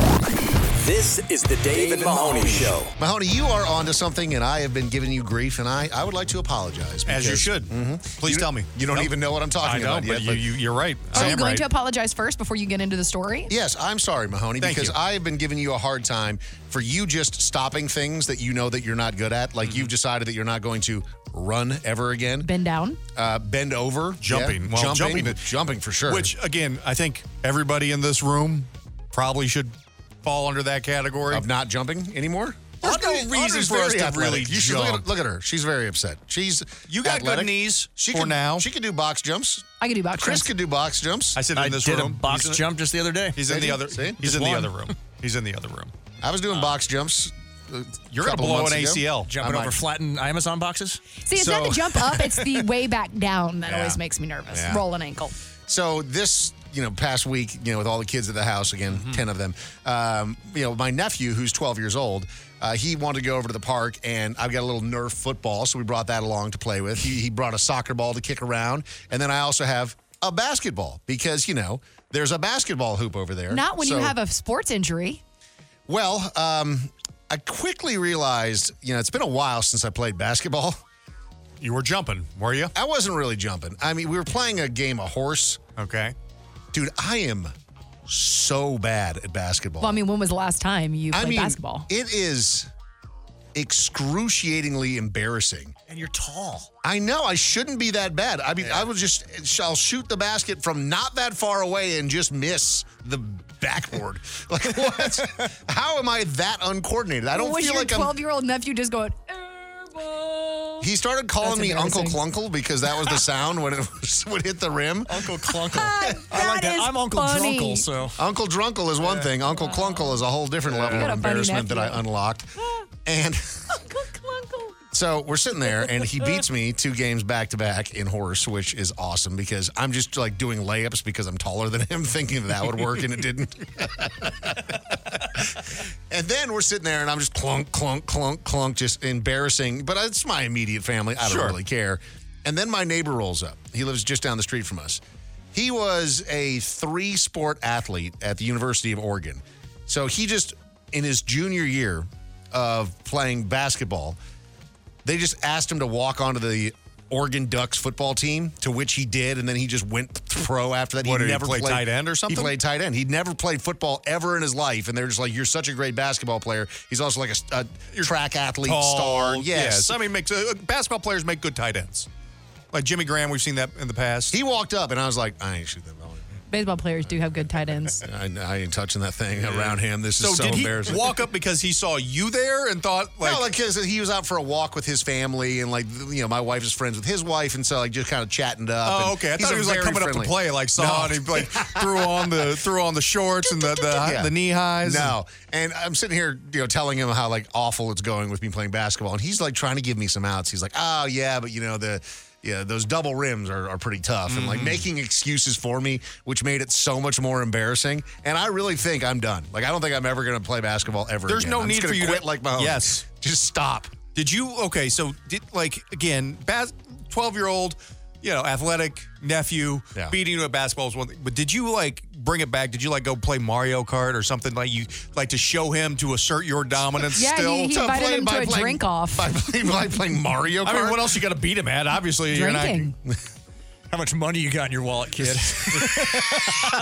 This is the Dave, and Mahoney, Show. Mahoney, you are onto something, and I have been giving you grief, and I, I would like to apologize. As you because- should. Mhm. Please You- tell me. You don't Nope. even know what I'm talking I know, about yet. but you, you, you're right. Are I you am going right. to apologize first before you get into the story? Yes, I'm sorry, Mahoney, Thank because you. I have been giving you a hard time for you just stopping things that you know that you're not good at. Mm-hmm. Like you've decided that you're not going to run ever again. Bend down. Uh, bend over. Jumping. Yeah, Well, jumping. jumping- Jumping for sure. Which, again, I think everybody in this room probably should fall under that category of not jumping anymore. There's no Audrey- reason Audrey's for us very to athletic. really You should look jump. at, look at her. She's very upset. She's You got good athletic. knees She for can, now. She can do box jumps. Uh, I can do box Chris jumps. can do box jumps. I said in this room. He's in- just the other day. He's in Did the you? other. See? He's Just in the one. other room. He's in the other room. I was doing box jumps. uh, You're gonna couple blow months an ago. ACL. Jumping I over might. flattened Mm, Amazon boxes. See, it's not the jump up, it's the way back down that Yeah. always makes me nervous. Yeah. Roll an ankle. So this, you know, past week, you know, with all the kids at the house again, Mm-hmm. ten of them. Um, you know, my nephew who's twelve years old, uh, he wanted to go over to the park, and I've got a little Nerf football, so we brought that along to play with. He, he brought a soccer ball to kick around, and then I also have a basketball because you know there's a basketball hoop over there. Not when So- you have a sports injury. Well, um, I quickly realized, you know, it's been a while since I played basketball. You were jumping, were you? I wasn't really jumping. I mean, we were playing a game of horse. Okay. Dude, I am so bad at basketball. Well, I mean, when was the last time you played I mean, basketball? it is excruciatingly embarrassing. And you're tall. I know I shouldn't be that bad. I mean, I will just I'll shoot the basket from not that far away and just miss the backboard. like what? How am I that uncoordinated? I don't was feel your like I'm. 12 year old nephew just going, He started That's calling me Uncle embarrassing. Oh, Clunkle because that was the sound when it was, would hit the rim. Uncle Clunkle. I like that. I'm Uncle funny. Drunkle, so Uncle Drunkle is one thing. Uncle Clunkle is a whole different level You of got a funny embarrassment that nephew. I unlocked. And so we're sitting there, and he beats me two games back to back in horse, which is awesome because I'm just like doing layups because I'm taller than him, thinking that, that would work, and it didn't. and then we're sitting there, and I'm just clunk, clunk, clunk, clunk, just embarrassing. But it's my immediate family. I don't Sure. really care. And then my neighbor rolls up. He lives just down the street from us. He was a three sport athlete at the University of Oregon. So he just, in his junior year of playing basketball, they just asked him to walk onto the Oregon Ducks football team, to which he did, and then he just went pro after that. What, did he he never play played tight end or something? He played tight end. He never played football ever in his life, and they're just like, "You're such a great basketball player." He's also like a, a track athlete Tall, star. Yes. Oh, I mean, makes, uh, basketball players make good tight ends. Like Jimmy Graham, we've seen that in the past. He walked up, and I was like, "I ain't shooting that ball. baseball players do have good tight ends. I, I ain't touching that thing around him. This is so, did embarrassing." he walk up because he saw you there and thought like, no, like 'cause he was out for a walk with his family, and like you know, my wife is friends with his wife, and so like just kind of chatting it up. oh, and okay. I he's thought a he was like very coming up friendly- to play, like saw No. it, he like threw on the threw on the shorts and the the, Yeah. the knee highs. No, and I'm sitting here, you know, telling him how like awful it's going with me playing basketball, and he's like trying to give me some outs. He's like, "Oh yeah, but you know the." Yeah, those double rims are, are pretty tough, and Mm-hmm. like making excuses for me, which made it so much more embarrassing. And I really think I'm done. Like, I don't think I'm ever going to play basketball ever. There's again. no I'm need just for gonna you quit to like my Yes, just stop. Did you okay? So did like again, bas- twelve year old, you know, athletic nephew Yeah. beating you at basketball is one thing. But did you like bring it back? Did you like go play Mario Kart or something like you like to show him to assert your dominance? Yeah, he- still, he So invited play- him by to a playing- drink off. By playing, by playing Mario Kart. I mean, what else you got to beat him at? Obviously, you're not- Drinking. how much money you got in your wallet, kid?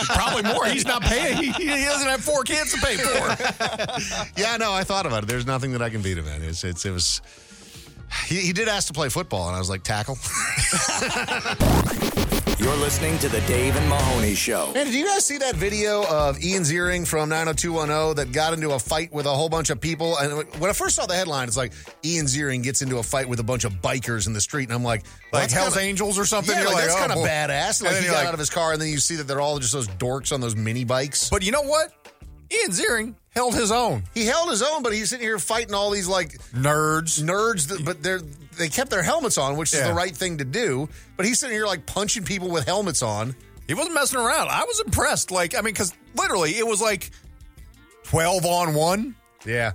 probably more. He's not paying. He, he doesn't have four kids to pay for. yeah, no, I thought about it. There's nothing that I can beat him at. It's, it's it was. He, he did ask to play football, and I was like, tackle. You're listening to The Dave and Mahoney Show. Man, did you guys see that video of Ian Ziering from 90210 that got into a fight with a whole bunch of people? And when I first saw the headline, it's like Ian Ziering gets into a fight with a bunch of bikers in the street, and I'm like, well, Like that's Hell's kinda- Angels or something. Yeah, You're like, like, that's oh, kind of boy. badass. And Like then he you're got like- out of his car, and then you see that they're all just those dorks on those mini bikes. But you know what? Ian Ziering held his own. He held his own, but he's sitting here fighting all these like Nerds. nerds, that, but they're they kept their helmets on, which is Yeah. the right thing to do. But he's sitting here like punching people with helmets on. He wasn't messing around. I was impressed. Like, I mean, because literally it was like 12 on one. Yeah,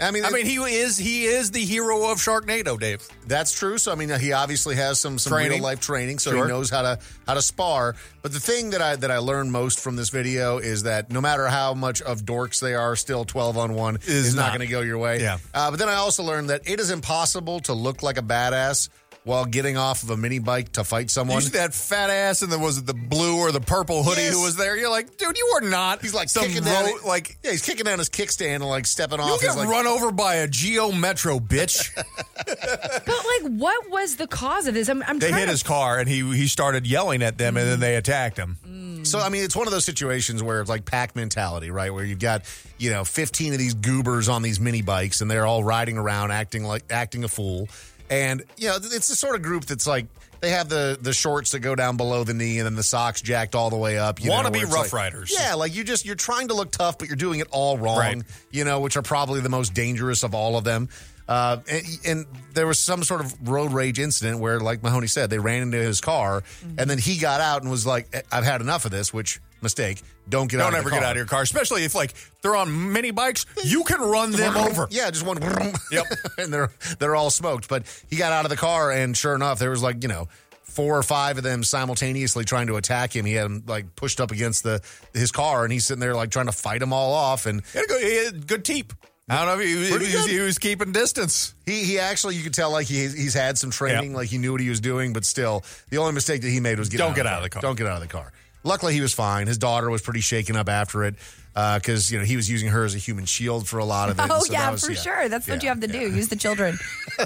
I mean, I mean, he is he is the hero of Sharknado, Dave. That's true. So I mean, he obviously has some some Training. real life training, so Sure. he knows how to how to spar. But the thing that I that I learned most from this video is that no matter how much of dorks they are, still twelve on one is, not, not. going to go your way. Yeah. Uh, but then I also learned that it is impossible to look like a badass while getting off of a mini bike to fight You someone. see that fat ass and then was it the blue or the purple hoodie Yes. who was there? You're like, dude, you are not. He's like some kicking down, ro- like yeah, he's kicking down his kickstand and like stepping you'll off. get He's like, run over by a Geo Metro, bitch. But like, what was the cause of this? I'm, I'm they trying hit to- his car and he he started yelling at them and then they attacked him. So I mean, it's one of those situations where it's like pack mentality, right? Where you've got you know fifteen of these goobers on these mini bikes, and they're all riding around acting like acting a fool. And you know, it's the sort of group that's like they have the the shorts that go down below the knee, and then the socks jacked all the way up. You know, Wannabe where it's Rough like- Riders. Yeah, like you just you're trying to look tough, but you're doing it all wrong. Right. You know, which are probably the most dangerous of all of them. Uh, and, and there was some sort of road rage incident where, like Mahoney said, they ran into his car, Mm-hmm. and then he got out and was like, "I've had enough of this." Which mistake? Don't get out. Don't of ever the get car. out of your car, especially if like they're on mini bikes. You can run them over. Yeah, just one. Yep. and they're they're all smoked. But he got out of the car, and sure enough, there was like you know four or five of them simultaneously trying to attack him. He had him like pushed up against the his car, and he's sitting there like trying to fight them all off. And He had a good, he had a good teep. I don't know if he, he, Pretty was, good. he was keeping distance. He he actually you could tell like he he's had some training, like he knew what he was doing, but still the only mistake that he made was get Don't out get of out of the car. Don't get out of the car. Luckily he was fine. His daughter was pretty shaken up after it because you know he was using her as a human shield for a lot of it. Oh so that yeah, was- for sure. That's what you have to do. Use the children.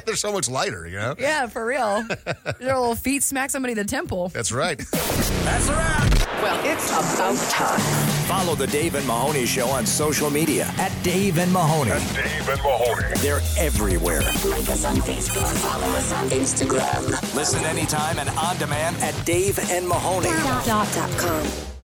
They're so much lighter, you know. yeah, for real. Their little feet smack somebody in the temple. That's right. That's a wrap. Well, it's about time. Follow the Dave and Mahoney Show on social media at Dave and Mahoney. At Dave and Mahoney. They're everywhere. Like us on Facebook. Follow us on Instagram. Listen anytime and on demand at Dave and Mahoney.